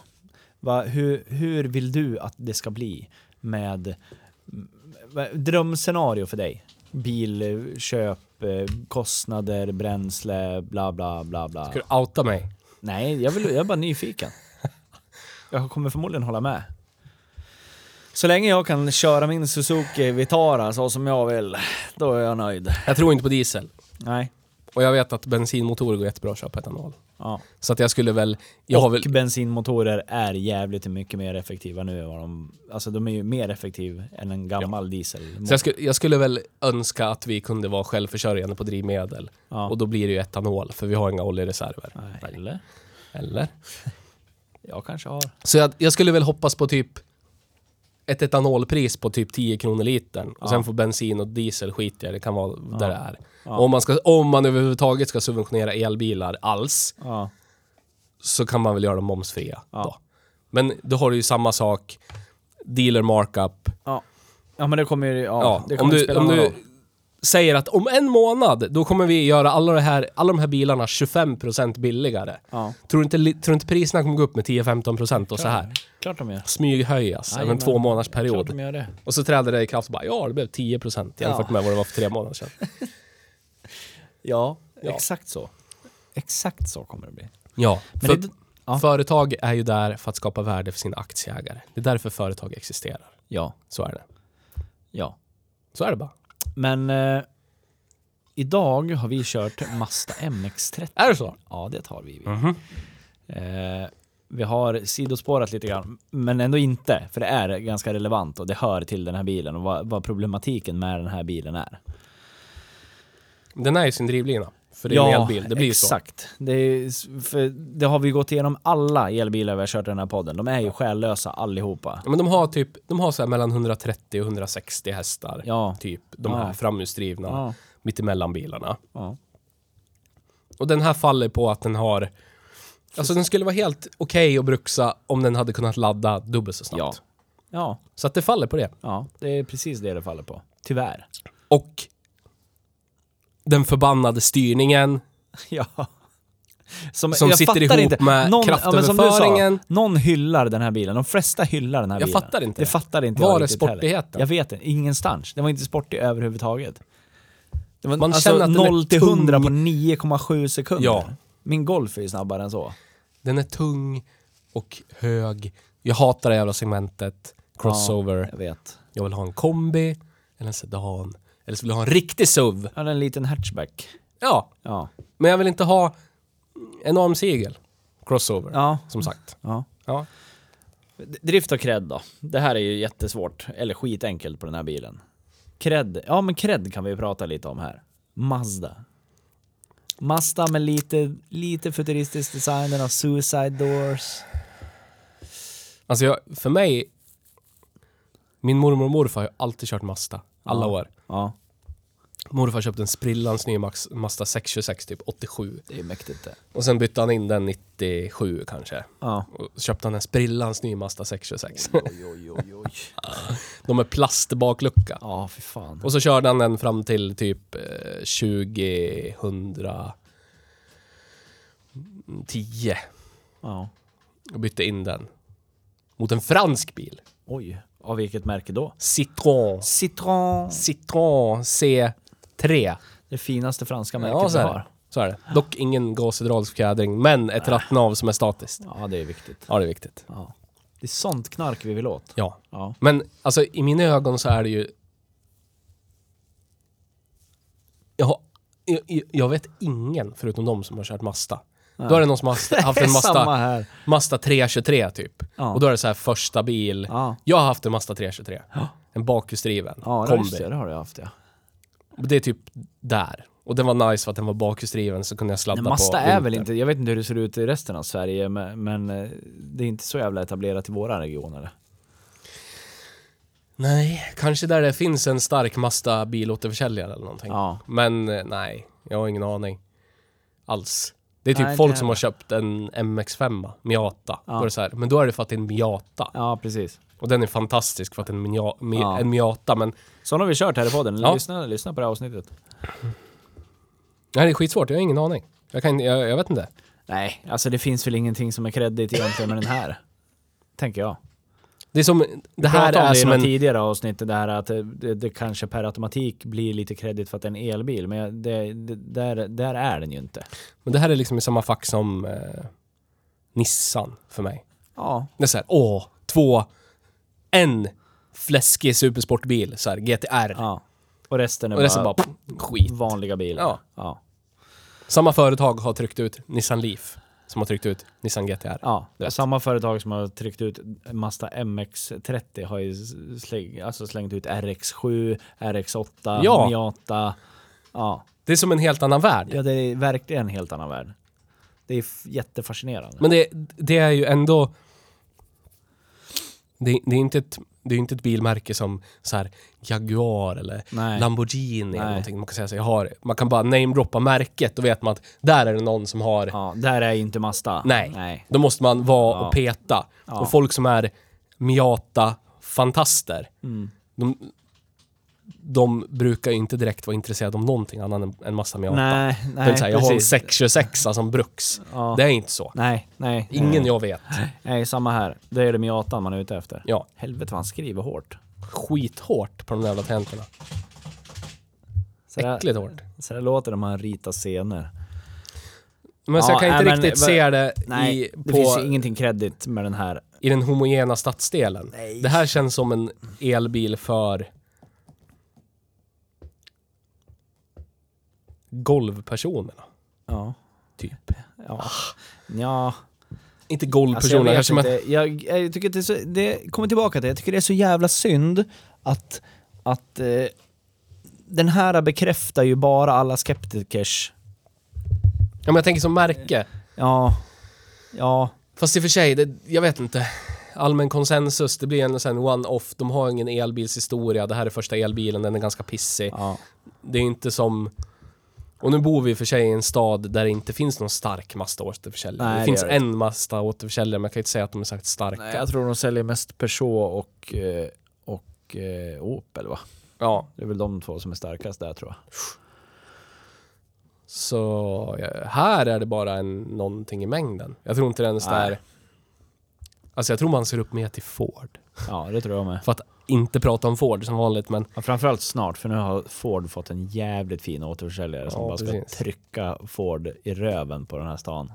Speaker 1: Va, hur, hur vill du att det ska bli med m- vad- drömscenario för dig? Bilköp, eh, kostnader, bränsle, bla bla bla bla.
Speaker 2: Ska du outa mig?
Speaker 1: Nej, jag, vill, jag är bara
Speaker 2: [laughs]
Speaker 1: nyfiken. Jag kommer förmodligen hålla med. Så länge jag kan köra min Suzuki Vitara så som jag vill, då är jag nöjd.
Speaker 2: Jag tror inte på diesel.
Speaker 1: Nej.
Speaker 2: Och jag vet att bensinmotorer går jättebra att köpa etanol.
Speaker 1: Ja.
Speaker 2: Så att jag skulle väl... Jag har
Speaker 1: och
Speaker 2: väl...
Speaker 1: bensinmotorer är jävligt mycket mer effektiva nu än vad de... Alltså de är ju mer effektiva än en gammal diesel.
Speaker 2: Så jag, skulle, jag skulle väl önska att vi kunde vara självförsörjande på drivmedel.
Speaker 1: Ja.
Speaker 2: Och då blir det ju etanol, för vi har inga oljereserver.
Speaker 1: Nej, Eller?
Speaker 2: Eller?
Speaker 1: Jag kanske har.
Speaker 2: Så jag, jag skulle väl hoppas på typ ett etanolpris på typ 10 kronor litern. Och sen får bensin och diesel skit i det, det kan vara där det är. Och Om, man ska, om man överhuvudtaget ska subventionera elbilar alls,
Speaker 1: Ja.
Speaker 2: så kan man väl göra dem momsfria.
Speaker 1: Ja.
Speaker 2: Då. Men då har du ju samma sak, dealer markup.
Speaker 1: Ja. Ja men det kommer ju... Ja,
Speaker 2: Ja,
Speaker 1: det
Speaker 2: om
Speaker 1: kommer
Speaker 2: du,
Speaker 1: spela
Speaker 2: om
Speaker 1: någon
Speaker 2: du
Speaker 1: roll.
Speaker 2: säger att om en månad, då kommer vi göra alla, det här, alla de här bilarna 25% billigare.
Speaker 1: Ja.
Speaker 2: Tror, du inte, li- tror du inte priserna kommer gå upp med 10-15% och så här?
Speaker 1: Klart de gör.
Speaker 2: Smyghöjas över en
Speaker 1: Jajamän.
Speaker 2: två månaders
Speaker 1: Klart
Speaker 2: period.
Speaker 1: de gör det.
Speaker 2: Och så träder det i kraft och bara, ja det blev 10% jämfört
Speaker 1: Ja.
Speaker 2: med vad det var för tre månader sedan.
Speaker 1: Ja,
Speaker 2: Ja.
Speaker 1: exakt så. Exakt så kommer det bli.
Speaker 2: [laughs] Ja,
Speaker 1: Men
Speaker 2: för
Speaker 1: det- ja.
Speaker 2: företag är ju där för att skapa värde för sina aktieägare. Det är därför företag existerar.
Speaker 1: Ja,
Speaker 2: Så är det.
Speaker 1: ja.
Speaker 2: Så är det bara.
Speaker 1: Men eh, idag har vi kört Mazda MX-30.
Speaker 2: Är det så?
Speaker 1: Ja, det tar vi.
Speaker 2: Mhm.
Speaker 1: Eh, vi har sidospårat lite grann, men ändå inte, för det är ganska relevant och det hör till den här bilen och vad, vad problematiken med den här bilen är.
Speaker 2: Den är ju sin drivlina. För det är en elbil, det blir ju så.
Speaker 1: exakt. Det, är, s- för det har vi gått igenom alla elbilar vi har kört i den här podden. De är ju själlösa allihopa.
Speaker 2: Ja, men de har typ, de har så här mellan 130 och 160 hästar.
Speaker 1: Ja.
Speaker 2: Typ de
Speaker 1: Ja.
Speaker 2: här framhjulsdrivna,
Speaker 1: Ja.
Speaker 2: mittemellan bilarna.
Speaker 1: Ja.
Speaker 2: Och den här faller på att den har, alltså den skulle vara helt okej att bruxa om den hade kunnat ladda dubbelt så snabbt.
Speaker 1: Ja. ja,
Speaker 2: Så att det faller på det.
Speaker 1: ja, det är precis det det faller på. Tyvärr.
Speaker 2: Och den förbannade styrningen.
Speaker 1: [laughs] Ja.
Speaker 2: Som sitter
Speaker 1: fattar
Speaker 2: ihop
Speaker 1: men
Speaker 2: med
Speaker 1: som du sa,
Speaker 2: kraftöverföringen.
Speaker 1: någon hyllar den här bilen. De flesta hyllar den här
Speaker 2: Jag
Speaker 1: bilen.
Speaker 2: fattar inte
Speaker 1: Det
Speaker 2: det.
Speaker 1: fattar inte
Speaker 2: Var
Speaker 1: jag
Speaker 2: är
Speaker 1: riktigt heller.
Speaker 2: sportigheten?
Speaker 1: Jag vet inte. Ingenstans. Den var inte sportig överhuvudtaget. Det var
Speaker 2: Man
Speaker 1: alltså
Speaker 2: känner att den är
Speaker 1: 0 till 100 på
Speaker 2: tung.
Speaker 1: 9,7 sekunder.
Speaker 2: Ja.
Speaker 1: Min Golf är ju snabbare än så.
Speaker 2: Den är tung och hög. Jag hatar det jävla segmentet. Crossover.
Speaker 1: Ja, jag vet.
Speaker 2: Jag vill ha en kombi, eller en sedan, eller så vill jag ha en riktig SUV.
Speaker 1: Jag hade en liten hatchback.
Speaker 2: Ja,
Speaker 1: Ja.
Speaker 2: men jag vill inte ha enorm segel. Crossover,
Speaker 1: Ja.
Speaker 2: som sagt.
Speaker 1: ja.
Speaker 2: Ja.
Speaker 1: Drift och cred då. Det här är ju jättesvårt, eller skitenkelt på den här bilen. Cred, ja men cred kan vi prata lite om här. Mazda. Mazda med lite, lite futuristisk design, den har suicide doors.
Speaker 2: Alltså jag, för mig, min mormor och morfar har ju alltid kört Mazda, alla år.
Speaker 1: Ja,
Speaker 2: Morfar köpte en sprillans ny Max, Mazda 626 typ 87.
Speaker 1: det är mäktigt det.
Speaker 2: Och sen bytte han in den 97 kanske.
Speaker 1: Ja.
Speaker 2: Och så köpte han en sprillans ny Mazda 626. [laughs] De är plastbaklucka.
Speaker 1: Ja, fy fan.
Speaker 2: Och så körde han den fram till typ eh, 2010.
Speaker 1: Ja.
Speaker 2: och bytte in den mot en fransk bil.
Speaker 1: Oj, av vilket märke då?
Speaker 2: Citroën.
Speaker 1: Citron.
Speaker 2: Citroën C3.
Speaker 1: Det finaste franska märket
Speaker 2: Ja, så
Speaker 1: vi
Speaker 2: är det.
Speaker 1: har.
Speaker 2: Så är det. Dock ingen gashydraulisk fjädring, men ett rattnav som är statiskt.
Speaker 1: Ja, det är viktigt.
Speaker 2: Ja, det är viktigt.
Speaker 1: Ja. Det är sånt knark vi vill åt.
Speaker 2: Ja.
Speaker 1: Ja.
Speaker 2: Men alltså i mina ögon så är det ju... Jag, har, jag, jag- jag vet ingen förutom de som har kört Mazda. Då är det någon som har
Speaker 1: [laughs]
Speaker 2: haft- haft en
Speaker 1: Samma
Speaker 2: Mazda,
Speaker 1: här.
Speaker 2: Mazda 323 typ.
Speaker 1: Ja.
Speaker 2: Och då är det så här första bil.
Speaker 1: Ja.
Speaker 2: Jag har haft en
Speaker 1: [gasps]
Speaker 2: Mazda 323. En bakhjulsdriven
Speaker 1: Ja, det, just
Speaker 2: kombi.
Speaker 1: det, det har jag haft ja.
Speaker 2: Och Det är typ där. Och den var nice för att den var bakhjulsdriven så kunde jag sladda
Speaker 1: Nej,
Speaker 2: på
Speaker 1: Mazda är väl
Speaker 2: vintern.
Speaker 1: inte, jag vet inte hur det ser ut i resten av Sverige, men, men eh, det är inte så jävla etablerat i våra regioner.
Speaker 2: Nej, kanske där det finns en stark Mazda bilåterförsäljare eller någonting.
Speaker 1: Ja.
Speaker 2: Men eh, nej, jag har ingen aning. Alls. Det är typ
Speaker 1: Nej,
Speaker 2: folk
Speaker 1: det-
Speaker 2: som har köpt en MX5, Miata.
Speaker 1: Ja.
Speaker 2: Då är det så här, men då är det för att det är en Miata.
Speaker 1: Ja, precis.
Speaker 2: Och den är fantastisk för att det är en, Mia- Mi-
Speaker 1: Ja.
Speaker 2: en Miata, men
Speaker 1: Sådana har vi kört här i podden.
Speaker 2: Ja.
Speaker 1: Lyssna, lyssna på det här avsnittet.
Speaker 2: nej, det är skitsvårt. Jag har ingen aning. Jag, kan, jag, jag vet inte.
Speaker 1: Nej, alltså det finns väl ingenting som är kreddigt egentligen med den här. Tänker jag.
Speaker 2: Det är som, det här
Speaker 1: Prata om
Speaker 2: är
Speaker 1: det i
Speaker 2: som
Speaker 1: något
Speaker 2: en...
Speaker 1: tidigare avsnitt, det här att eh, det, det kanske per automatik blir lite kredit för att det är en elbil, men jag- det, det, där, där är den ju inte.
Speaker 2: Men det här är liksom i samma fack som eh, Nissan för mig.
Speaker 1: Ja,
Speaker 2: Det är så här, åh, två, en fläskig supersportbil, så här, GTR.
Speaker 1: ja. Och resten är
Speaker 2: Och det är så
Speaker 1: bara,
Speaker 2: bara pff, skit.
Speaker 1: vanliga bilar.
Speaker 2: Ja.
Speaker 1: ja.
Speaker 2: Samma företag har tryckt ut Nissan Leaf som har tryckt ut Nissan GTR.
Speaker 1: Ja,
Speaker 2: Rätt.
Speaker 1: samma företag som har tryckt ut Mazda MX30 har ju släng, alltså slängt ut RX7, RX8,
Speaker 2: Ja.
Speaker 1: Miata. Ja.
Speaker 2: Det är som en helt annan värld.
Speaker 1: ja, det är verkligen en helt annan värld. Det är f- jättefascinerande.
Speaker 2: Men det, det är ju ändå... Det, det är inte ett, det är ju inte ett bilmärke som så här Jaguar eller
Speaker 1: Nej.
Speaker 2: Lamborghini eller
Speaker 1: Nej.
Speaker 2: någonting. Man kan säga så jag har, man kan bara namedroppa märket, då vet man att där är det någon som har...
Speaker 1: Ja, där är ju inte Mazda.
Speaker 2: Nej.
Speaker 1: Nej.
Speaker 2: Då måste man vara
Speaker 1: Ja.
Speaker 2: och peta.
Speaker 1: Ja.
Speaker 2: Och folk som är Miata-fantaster,
Speaker 1: Mm.
Speaker 2: de, de brukar ju inte direkt vara intresserade av någonting annat än en massa Miata.
Speaker 1: Nej,
Speaker 2: det är
Speaker 1: nej,
Speaker 2: inte så här, jag har en
Speaker 1: precis.
Speaker 2: 626 som Bruks.
Speaker 1: Ja.
Speaker 2: Det är inte så.
Speaker 1: Nej, nej.
Speaker 2: Ingen
Speaker 1: nej.
Speaker 2: jag vet.
Speaker 1: Nej, samma här. Det är det Miatan man är ute efter.
Speaker 2: Ja,
Speaker 1: Helvete vad han skriver hårt.
Speaker 2: skithårt på de där jävla tangenterna.
Speaker 1: Så där-
Speaker 2: Äckligt hårt.
Speaker 1: Så det låter när man ritar scener.
Speaker 2: Men så
Speaker 1: Ja,
Speaker 2: jag kan inte
Speaker 1: nej, men-
Speaker 2: riktigt se det
Speaker 1: Nej,
Speaker 2: i,
Speaker 1: det finns
Speaker 2: på,
Speaker 1: ju ingenting kreddigt med den här.
Speaker 2: i den homogena stadsdelen. Det här känns som en elbil för golvpersonerna.
Speaker 1: Ja.
Speaker 2: Typ.
Speaker 1: Ja. ja. Alltså
Speaker 2: Inte
Speaker 1: jag,
Speaker 2: golvpersonerna
Speaker 1: vet
Speaker 2: kanske, men...
Speaker 1: inte. Jag, jag tycker att det, är så, det kommer tillbaka till, jag tycker det är så jävla synd att, att eh, den här bekräftar ju bara alla skeptikers,
Speaker 2: Ja, men jag tänker som märke.
Speaker 1: ja, ja,
Speaker 2: Fast i och för sig, det, jag vet inte. Allmän konsensus, det blir en sån one-off. De har ingen elbilshistoria. Det här är första elbilen, den är ganska pissig.
Speaker 1: ja.
Speaker 2: Det är inte som... Och nu bor vi i och för sig i en stad där det inte finns någon stark Mazda återförsäljare.
Speaker 1: Nej,
Speaker 2: det
Speaker 1: det
Speaker 2: finns
Speaker 1: gör det
Speaker 2: en Mazda återförsäljare, men jag kan inte säga att de är särskilt starka.
Speaker 1: Nej, jag tror de säljer mest Peugeot och, eh, och eh, Opel va?
Speaker 2: Ja,
Speaker 1: Det är väl de två som är starkast där tror jag.
Speaker 2: så eh, här är det bara en, någonting i mängden. Jag tror inte det är ens
Speaker 1: Nej.
Speaker 2: där... Alltså jag tror man ser upp mer till Ford.
Speaker 1: Ja, det tror jag med.
Speaker 2: För att inte prata om Ford som vanligt, men
Speaker 1: Ja, framförallt snart, för nu har Ford fått en jävligt fin återförsäljare som
Speaker 2: Ja,
Speaker 1: bara ska
Speaker 2: precis.
Speaker 1: trycka Ford i röven på den här stan.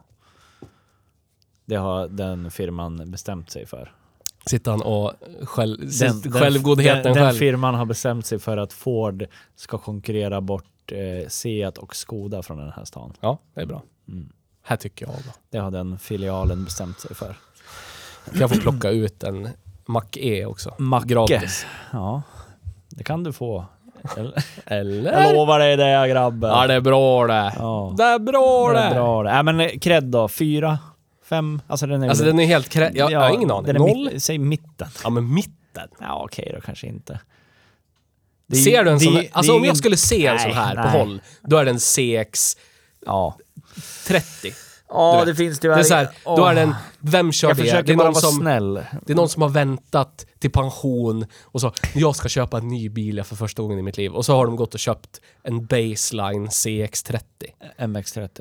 Speaker 1: Det har den firman bestämt sig för.
Speaker 2: sitter han och själv,
Speaker 1: Den,
Speaker 2: sitt- självgodheten
Speaker 1: den, den, den
Speaker 2: själv.
Speaker 1: firman har bestämt sig för att Ford ska konkurrera bort eh, Seat och Skoda från den här stan.
Speaker 2: ja, det är bra.
Speaker 1: Mm.
Speaker 2: Här tycker jag om.
Speaker 1: Det har den filialen bestämt sig för.
Speaker 2: Kan jag få plocka ut en Mac E också?
Speaker 1: Macke.
Speaker 2: Gratis.
Speaker 1: Ja, det kan du få.
Speaker 2: [laughs] Eller?
Speaker 1: Jag lovar dig det grabben.
Speaker 2: Ja, det är bra det.
Speaker 1: Ja.
Speaker 2: Det är bra det.
Speaker 1: det är bra det. Nej, men eh, cred då? Fyra? Fem? Alltså den är
Speaker 2: Alltså
Speaker 1: väl-
Speaker 2: den är helt krä... Jag, jag har ingen aning.
Speaker 1: den är
Speaker 2: Noll?
Speaker 1: Mitt, säg mitten.
Speaker 2: Ja, men mitten.
Speaker 1: Ja, okej då kanske inte.
Speaker 2: ser du en sån
Speaker 1: det-
Speaker 2: här?
Speaker 1: det
Speaker 2: Alltså
Speaker 1: är
Speaker 2: om
Speaker 1: ingen-
Speaker 2: jag skulle se en sån
Speaker 1: Nej,
Speaker 2: här på
Speaker 1: nej.
Speaker 2: håll, då är den CX30.
Speaker 1: Ja.
Speaker 2: Du
Speaker 1: Ja,
Speaker 2: vet. Det är så här, då är den... Vem kör
Speaker 1: Jag
Speaker 2: det?
Speaker 1: försöker
Speaker 2: Det är,
Speaker 1: bara
Speaker 2: någon
Speaker 1: vara
Speaker 2: som,
Speaker 1: snäll.
Speaker 2: det är någon som har väntat till pension och så, jag ska köpa en ny bil jag för första gången i mitt liv. Och så har de gått och köpt en baseline CX30.
Speaker 1: MX30.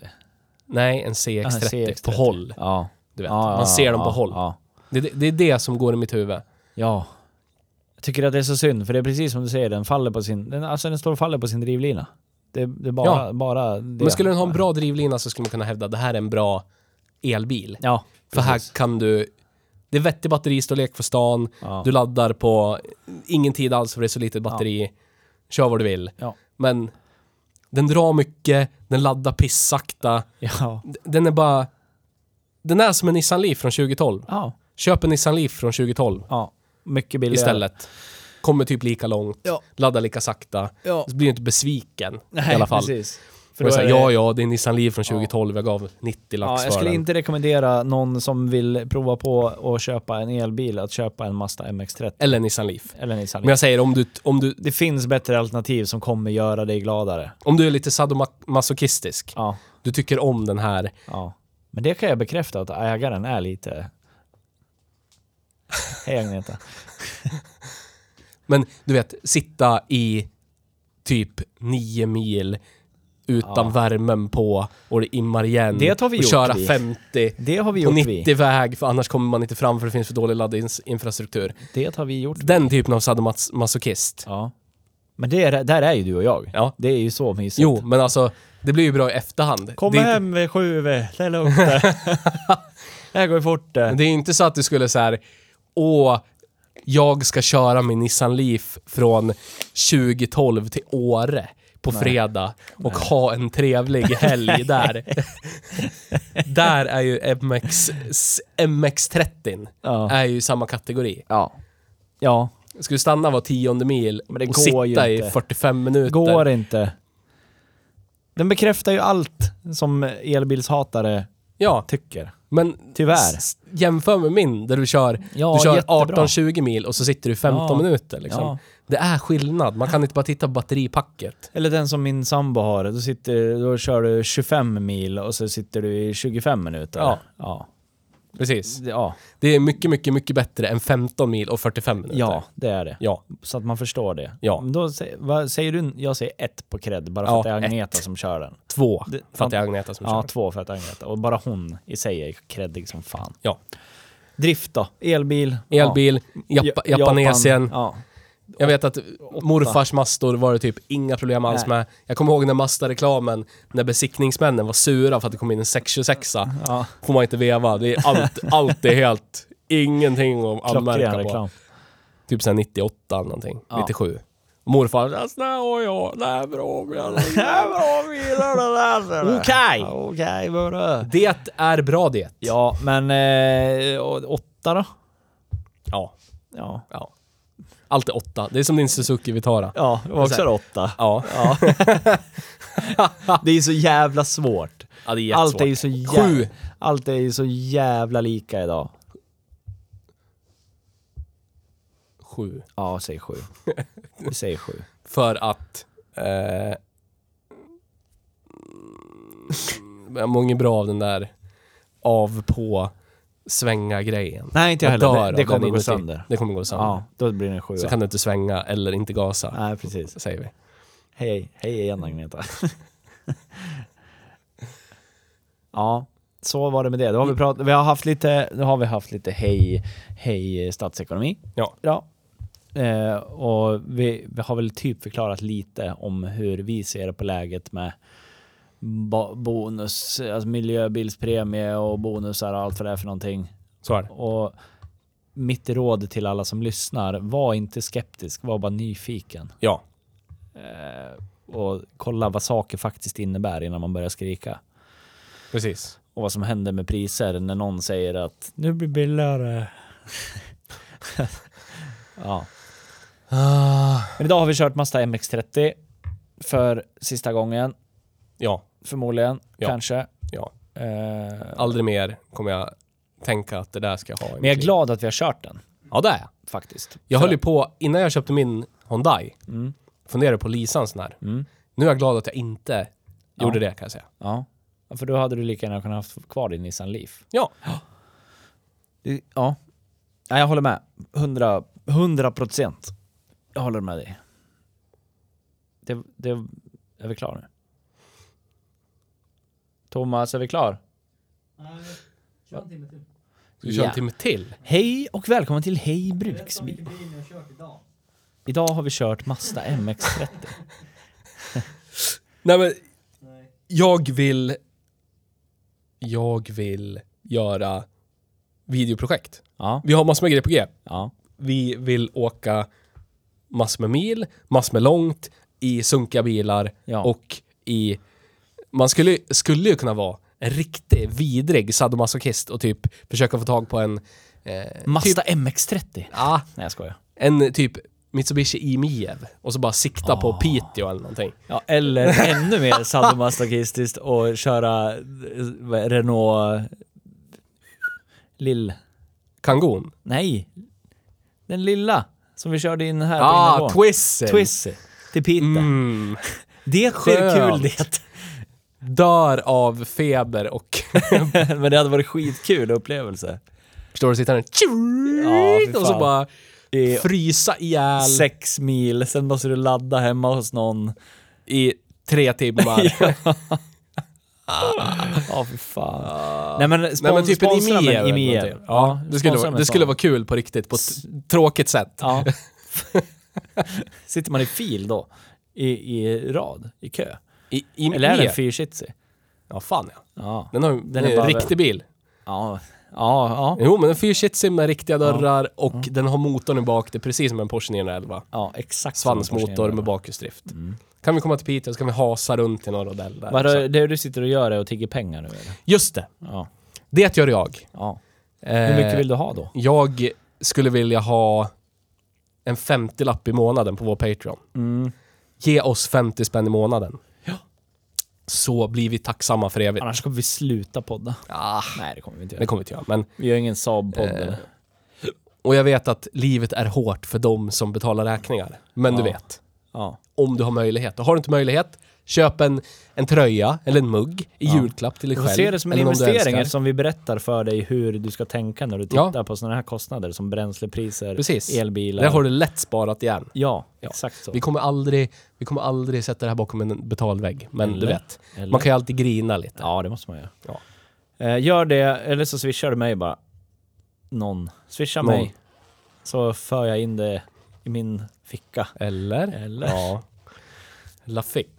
Speaker 2: Nej, en CX30,
Speaker 1: Ja, en
Speaker 2: på håll.
Speaker 1: Ja.
Speaker 2: Du vet.
Speaker 1: Ja, ja,
Speaker 2: Man ser dem
Speaker 1: ja,
Speaker 2: på håll.
Speaker 1: Ja.
Speaker 2: Det, det är det som går i mitt huvud.
Speaker 1: ja. Jag tycker att det är så synd, för det är precis som du säger, den faller på sin... Den, alltså den står och faller på sin drivlina. Det, det är bara,
Speaker 2: Ja.
Speaker 1: bara det.
Speaker 2: Men skulle den ha en bra drivlina så skulle man kunna hävda att det här är en bra elbil.
Speaker 1: Ja.
Speaker 2: För här
Speaker 1: precis.
Speaker 2: kan du... Det är vettig batteristorlek för stan,
Speaker 1: Ja.
Speaker 2: du laddar på ingen tid alls för det är så litet batteri. Kör vad du vill.
Speaker 1: Ja.
Speaker 2: Men den drar mycket, den laddar pissakta.
Speaker 1: Ja.
Speaker 2: D- Den är bara... Den är som en Nissan Leaf från 2012.
Speaker 1: Ja.
Speaker 2: Köp en Nissan Leaf från 2012
Speaker 1: ja. Mycket billigare.
Speaker 2: istället. Kommer typ lika långt,
Speaker 1: Ja.
Speaker 2: laddar lika sakta.
Speaker 1: Ja.
Speaker 2: Så blir du inte besviken
Speaker 1: Nej,
Speaker 2: i alla fall.
Speaker 1: Precis.
Speaker 2: För då är
Speaker 1: det-
Speaker 2: ja, ja, det är Nissan Leaf från 2012, jag gav 90 lax
Speaker 1: Ja, jag
Speaker 2: för
Speaker 1: skulle
Speaker 2: den.
Speaker 1: inte rekommendera någon som vill prova på att köpa en elbil att köpa en Mazda MX-30
Speaker 2: Eller Nissan Leaf.
Speaker 1: eller en Nissan
Speaker 2: Men jag säger om du, om du,
Speaker 1: Det finns bättre alternativ som kommer göra dig gladare.
Speaker 2: om du är lite sadomasochistisk,
Speaker 1: Ja,
Speaker 2: du tycker om den här.
Speaker 1: ja. Men det kan jag bekräfta att ägaren är lite... Hej Agneta.
Speaker 2: Men du vet, sitta i typ nio mil utan
Speaker 1: Ja.
Speaker 2: värmen på och det immar igen.
Speaker 1: Det tar vi
Speaker 2: och
Speaker 1: gjort,
Speaker 2: köra
Speaker 1: vi.
Speaker 2: 50
Speaker 1: Det har vi
Speaker 2: på
Speaker 1: gjort vi.
Speaker 2: 90-väg för annars kommer man inte fram för det finns för dålig laddinfrastruktur.
Speaker 1: Det har vi gjort. vi.
Speaker 2: Den typen av sadomasochist.
Speaker 1: Ja. Men det är, där är ju du och jag.
Speaker 2: Ja.
Speaker 1: Det är ju så mysigt.
Speaker 2: Jo, men alltså, det blir ju bra i efterhand.
Speaker 1: Kom
Speaker 2: det är inte-
Speaker 1: hem vid sju, det är lugnt.
Speaker 2: [laughs]
Speaker 1: Det här går ju fort.
Speaker 2: Men Det är inte så att du skulle så här, åh, jag ska köra min Nissan Leaf från 2012 till Åre på fredag och ha en trevlig
Speaker 1: [laughs]
Speaker 2: helg där. där är ju MX, s- MX30
Speaker 1: Ja.
Speaker 2: är ju samma kategori.
Speaker 1: Ja. Ja.
Speaker 2: Ska du stanna var tionde mil
Speaker 1: Men det
Speaker 2: och
Speaker 1: går ju
Speaker 2: sitta i
Speaker 1: inte.
Speaker 2: 45 minuter?
Speaker 1: Går inte. Den bekräftar ju allt som elbilshatare
Speaker 2: Ja,
Speaker 1: tycker.
Speaker 2: men
Speaker 1: Tyvärr.
Speaker 2: s- jämför med min där du kör,
Speaker 1: Ja,
Speaker 2: du kör
Speaker 1: jättebra.
Speaker 2: 18-20 mil och så sitter du 15
Speaker 1: Ja.
Speaker 2: minuter. Liksom.
Speaker 1: Ja.
Speaker 2: Det är skillnad. Man kan inte bara titta på batteripacket.
Speaker 1: Eller den som min sambo har, då, sitter, då kör du 25 mil och så sitter du i 25 minuter.
Speaker 2: Ja.
Speaker 1: Ja,
Speaker 2: Precis.
Speaker 1: ja.
Speaker 2: Det är mycket, mycket, mycket bättre än 15 mil och 45 minuter.
Speaker 1: ja det är det.
Speaker 2: Ja.
Speaker 1: Så att man förstår det.
Speaker 2: Ja.
Speaker 1: Men Då, sä- vad säger du? Jag säger ett på cred, bara för
Speaker 2: Ja,
Speaker 1: att det är Agneta som kör den.
Speaker 2: Två.
Speaker 1: Det-
Speaker 2: för att det är Agneta som
Speaker 1: Ja,
Speaker 2: kör.
Speaker 1: två för att Agneta. Och bara hon i sig är creddig som fan.
Speaker 2: Ja.
Speaker 1: Drift då? Elbil?
Speaker 2: Elbil,
Speaker 1: Ja.
Speaker 2: Jap Japanesien.
Speaker 1: Japan. Ja.
Speaker 2: Jag vet att morfars Mastor var det typ inga problem alls
Speaker 1: Nej.
Speaker 2: med. Jag kommer ihåg när Mazda-reklamen, när besiktningsmännen var sura för att det kom in en 626
Speaker 1: Ja.
Speaker 2: Får man inte veva. Det är allt,
Speaker 1: [laughs]
Speaker 2: allt är helt, ingenting att
Speaker 1: Klockren
Speaker 2: anmärka på. [laughs]
Speaker 1: reklam.
Speaker 2: Typ såhär 98 eller någonting.
Speaker 1: Ja.
Speaker 2: 97. Morfar, "Alltså, nej, oj, oj, det är bra bilar.
Speaker 1: Okej! Okej, bara.
Speaker 2: Det är bra det.
Speaker 1: Ja, men eh, och- åtta då?
Speaker 2: Ja.
Speaker 1: Ja.
Speaker 2: Ja. Allt är åtta. Det är som din Suzuki Vitara.
Speaker 1: Ja, det var också en åtta.
Speaker 2: Ja.
Speaker 1: Ja. det är ju så jävla svårt.
Speaker 2: ja det är
Speaker 1: Allt är, ju
Speaker 2: jättesvårt.
Speaker 1: så
Speaker 2: Sju.
Speaker 1: jävla, allt är ju så jävla lika idag.
Speaker 2: Sju.
Speaker 1: Ja, säg sju. Vi säger sju.
Speaker 2: För att... Eh, mm, jag mår inget bra av den där av på svänga grejen.
Speaker 1: [laughs] Nej, inte jag heller. Det-
Speaker 2: av
Speaker 1: det kommer
Speaker 2: den
Speaker 1: gå
Speaker 2: inuti.
Speaker 1: sönder.
Speaker 2: Det kommer gå sönder.
Speaker 1: Ja, då blir det en sjua.
Speaker 2: Så kan du inte svänga eller inte gasa.
Speaker 1: Nej, precis.
Speaker 2: Säger vi.
Speaker 1: Hej, hej igen Agneta. [laughs] ja, så var det med det. Då har vi, prat- vi har haft lite, då har vi haft lite hej, hej statsekonomi.
Speaker 2: Ja.
Speaker 1: Ja. Eh, och vi, vi har väl typ förklarat lite om hur vi ser på läget med ba- bonus, alltså miljöbilspremie och bonusar och allt vad det är för någonting.
Speaker 2: Så är det.
Speaker 1: Och mitt råd till alla som lyssnar, var inte skeptisk, var bara nyfiken.
Speaker 2: Ja.
Speaker 1: Eh, och kolla vad saker faktiskt innebär innan man börjar skrika.
Speaker 2: Precis.
Speaker 1: Och vad som händer med priser när någon säger att nu blir det billigare. [laughs] ja. Men idag har vi kört Mazda MX-30 för sista gången.
Speaker 2: Ja.
Speaker 1: Förmodligen,
Speaker 2: Ja.
Speaker 1: kanske.
Speaker 2: Ja.
Speaker 1: Eh,
Speaker 2: Aldrig mer kommer jag tänka att det där ska jag ha i mitt
Speaker 1: men jag är
Speaker 2: liv.
Speaker 1: glad att vi har kört den,
Speaker 2: Ja, det är jag.
Speaker 1: faktiskt.
Speaker 2: Jag
Speaker 1: För- Mm.
Speaker 2: höll ju på, innan jag köpte min Hyundai, funderade på att leasa en sån här. Nu är jag glad att jag inte gjorde det kan jag säga.
Speaker 1: Ja. Ja, För då hade du lika gärna kunnat haft kvar din Nissan Leaf.
Speaker 2: Ja,
Speaker 1: Det- Ja. Nej, jag håller med. 100, 100 procent. Jag håller med dig. Det, det, är vi klara nu? Thomas, är vi klar?
Speaker 3: Nej, Kör en timme till.
Speaker 2: Ska vi köra
Speaker 1: Ja.
Speaker 2: en timme till?
Speaker 1: Hej och välkommen till Hej
Speaker 3: Berätta om
Speaker 1: Bruksbil.
Speaker 3: vilken bil ni har kört idag.
Speaker 1: Idag har vi kört Mazda MX-30.
Speaker 2: Nej men,
Speaker 3: Nej.
Speaker 2: jag vill... Jag vill göra videoprojekt.
Speaker 1: Ja,
Speaker 2: Vi har massor med grejer på G.
Speaker 1: ja.
Speaker 2: Vi vill åka massor med mil, massor med långt, i sunkiga bilar
Speaker 1: Ja.
Speaker 2: och i... Man skulle, skulle ju kunna vara en riktig vidrig sadomasochist och typ försöka få tag på en... Eh,
Speaker 1: Mazda MX-30.
Speaker 2: ja,
Speaker 1: Nej, jag skojar.
Speaker 2: en typ Mitsubishi Imiev och så bara sikta på Piteå eller någonting. [laughs]
Speaker 1: Ja, eller ännu mer sadomasochistiskt och köra eh, vad är det, Renault... Lill...
Speaker 2: Kangon.
Speaker 1: Nej! Den lilla som vi körde in här på
Speaker 2: Ah,
Speaker 1: innergården.
Speaker 2: Twizzle!
Speaker 1: Twizy. Till Piteå.
Speaker 2: Mm.
Speaker 1: [laughs] Det
Speaker 2: Skönt.
Speaker 1: blir kul det.
Speaker 2: Dör av feber och... [laughs]
Speaker 1: [laughs] Men det hade varit skitkul upplevelse.
Speaker 2: Förstår du? Sitter här
Speaker 1: Ja, fy
Speaker 2: och så
Speaker 1: fan.
Speaker 2: bara
Speaker 1: I
Speaker 2: frysa ihjäl
Speaker 1: sex mil, sen måste du ladda hemma hos någon.
Speaker 2: i tre [laughs] timmar.
Speaker 1: Ja, fy fan. Nej men, spons-
Speaker 2: Ah. Nej men typ en
Speaker 1: sponsra
Speaker 2: IME.
Speaker 1: med
Speaker 2: eller
Speaker 1: IME.
Speaker 2: någonting. Ja, det skulle,
Speaker 1: sponsra
Speaker 2: vara,
Speaker 1: med
Speaker 2: det skulle
Speaker 1: sån.
Speaker 2: vara kul på riktigt, på ett tråkigt sätt.
Speaker 1: Ja. [laughs] Sitter man i fil då? I, I rad? I kö?
Speaker 2: I, i,
Speaker 1: Eller är
Speaker 2: i-
Speaker 1: det en fyrsitsig?
Speaker 2: Ja, fan ja.
Speaker 1: Ja.
Speaker 2: Den har ju-
Speaker 1: Den
Speaker 2: den
Speaker 1: är
Speaker 2: är en
Speaker 1: bara-
Speaker 2: riktig bil.
Speaker 1: Ja. Ja, ja.
Speaker 2: Jo, men en fyrsitsig med riktiga dörrar och den har motorn i bak. Det är precis som en Porsche 911.
Speaker 1: ja exakt. som
Speaker 2: Svansmotor Mm. med bakhjulsdrift. Kan vi komma till Piteå så kan vi hasa runt i någon rodell där.
Speaker 1: Vadå,
Speaker 2: Så-
Speaker 1: det du sitter och gör är att tigga pengar nu eller?
Speaker 2: Just det,
Speaker 1: Ja.
Speaker 2: det gör jag.
Speaker 1: ja.
Speaker 2: Eh,
Speaker 1: Hur mycket vill du ha då?
Speaker 2: Jag skulle vilja ha en 50-lapp i månaden på vår Patreon.
Speaker 1: Mm.
Speaker 2: Ge oss 50 spänn i månaden. Så blir vi tacksamma för evigt.
Speaker 1: Annars kommer vi sluta podda.
Speaker 2: Ah,
Speaker 1: Nej, det kommer vi inte
Speaker 2: det
Speaker 1: göra.
Speaker 2: kommer vi inte göra. Men, Eh.
Speaker 1: Vi gör ingen Saab-podd. eller?
Speaker 2: och jag vet att livet är hårt för de som betalar räkningar. Men du
Speaker 1: Ja.
Speaker 2: vet,
Speaker 1: Ja.
Speaker 2: om du har möjlighet. Och har du inte möjlighet, köp en, en tröja eller en mugg i julklapp till dig
Speaker 1: Du
Speaker 2: själv.
Speaker 1: får se det som en
Speaker 2: eller om du
Speaker 1: investering
Speaker 2: älskar.
Speaker 1: eftersom vi berättar för dig hur du ska tänka när du
Speaker 2: Ja.
Speaker 1: tittar på sådana här kostnader som bränslepriser,
Speaker 2: Precis.
Speaker 1: elbilar.
Speaker 2: Där har du lätt sparat igen.
Speaker 1: Ja, exakt så.
Speaker 2: Vi kommer aldrig, vi kommer aldrig sätta det här bakom en betalvägg. Men
Speaker 1: Eller-
Speaker 2: du vet,
Speaker 1: eller?
Speaker 2: man kan ju alltid grina lite.
Speaker 1: Ja, det måste man göra.
Speaker 2: Ja.
Speaker 1: Eh, gör det, eller så swishar du mig bara. Någon. Swisha
Speaker 2: Någon.
Speaker 1: mig. Så för jag in det i min ficka.
Speaker 2: Eller?
Speaker 1: Eller?
Speaker 2: Ja. Lafick.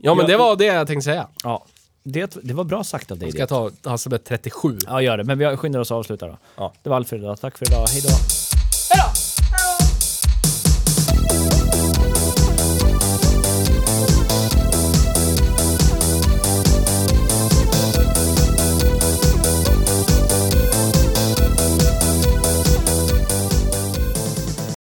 Speaker 2: Ja, men det var det jag tänkte säga.
Speaker 1: Ja, det, det var bra sagt av dig.
Speaker 2: Ska jag ta Hasselberg 37?
Speaker 1: Ja, gör det. Men vi skyndar oss att avsluta då.
Speaker 2: Ja.
Speaker 1: Det var allt för idag. Tack för idag. Hej då.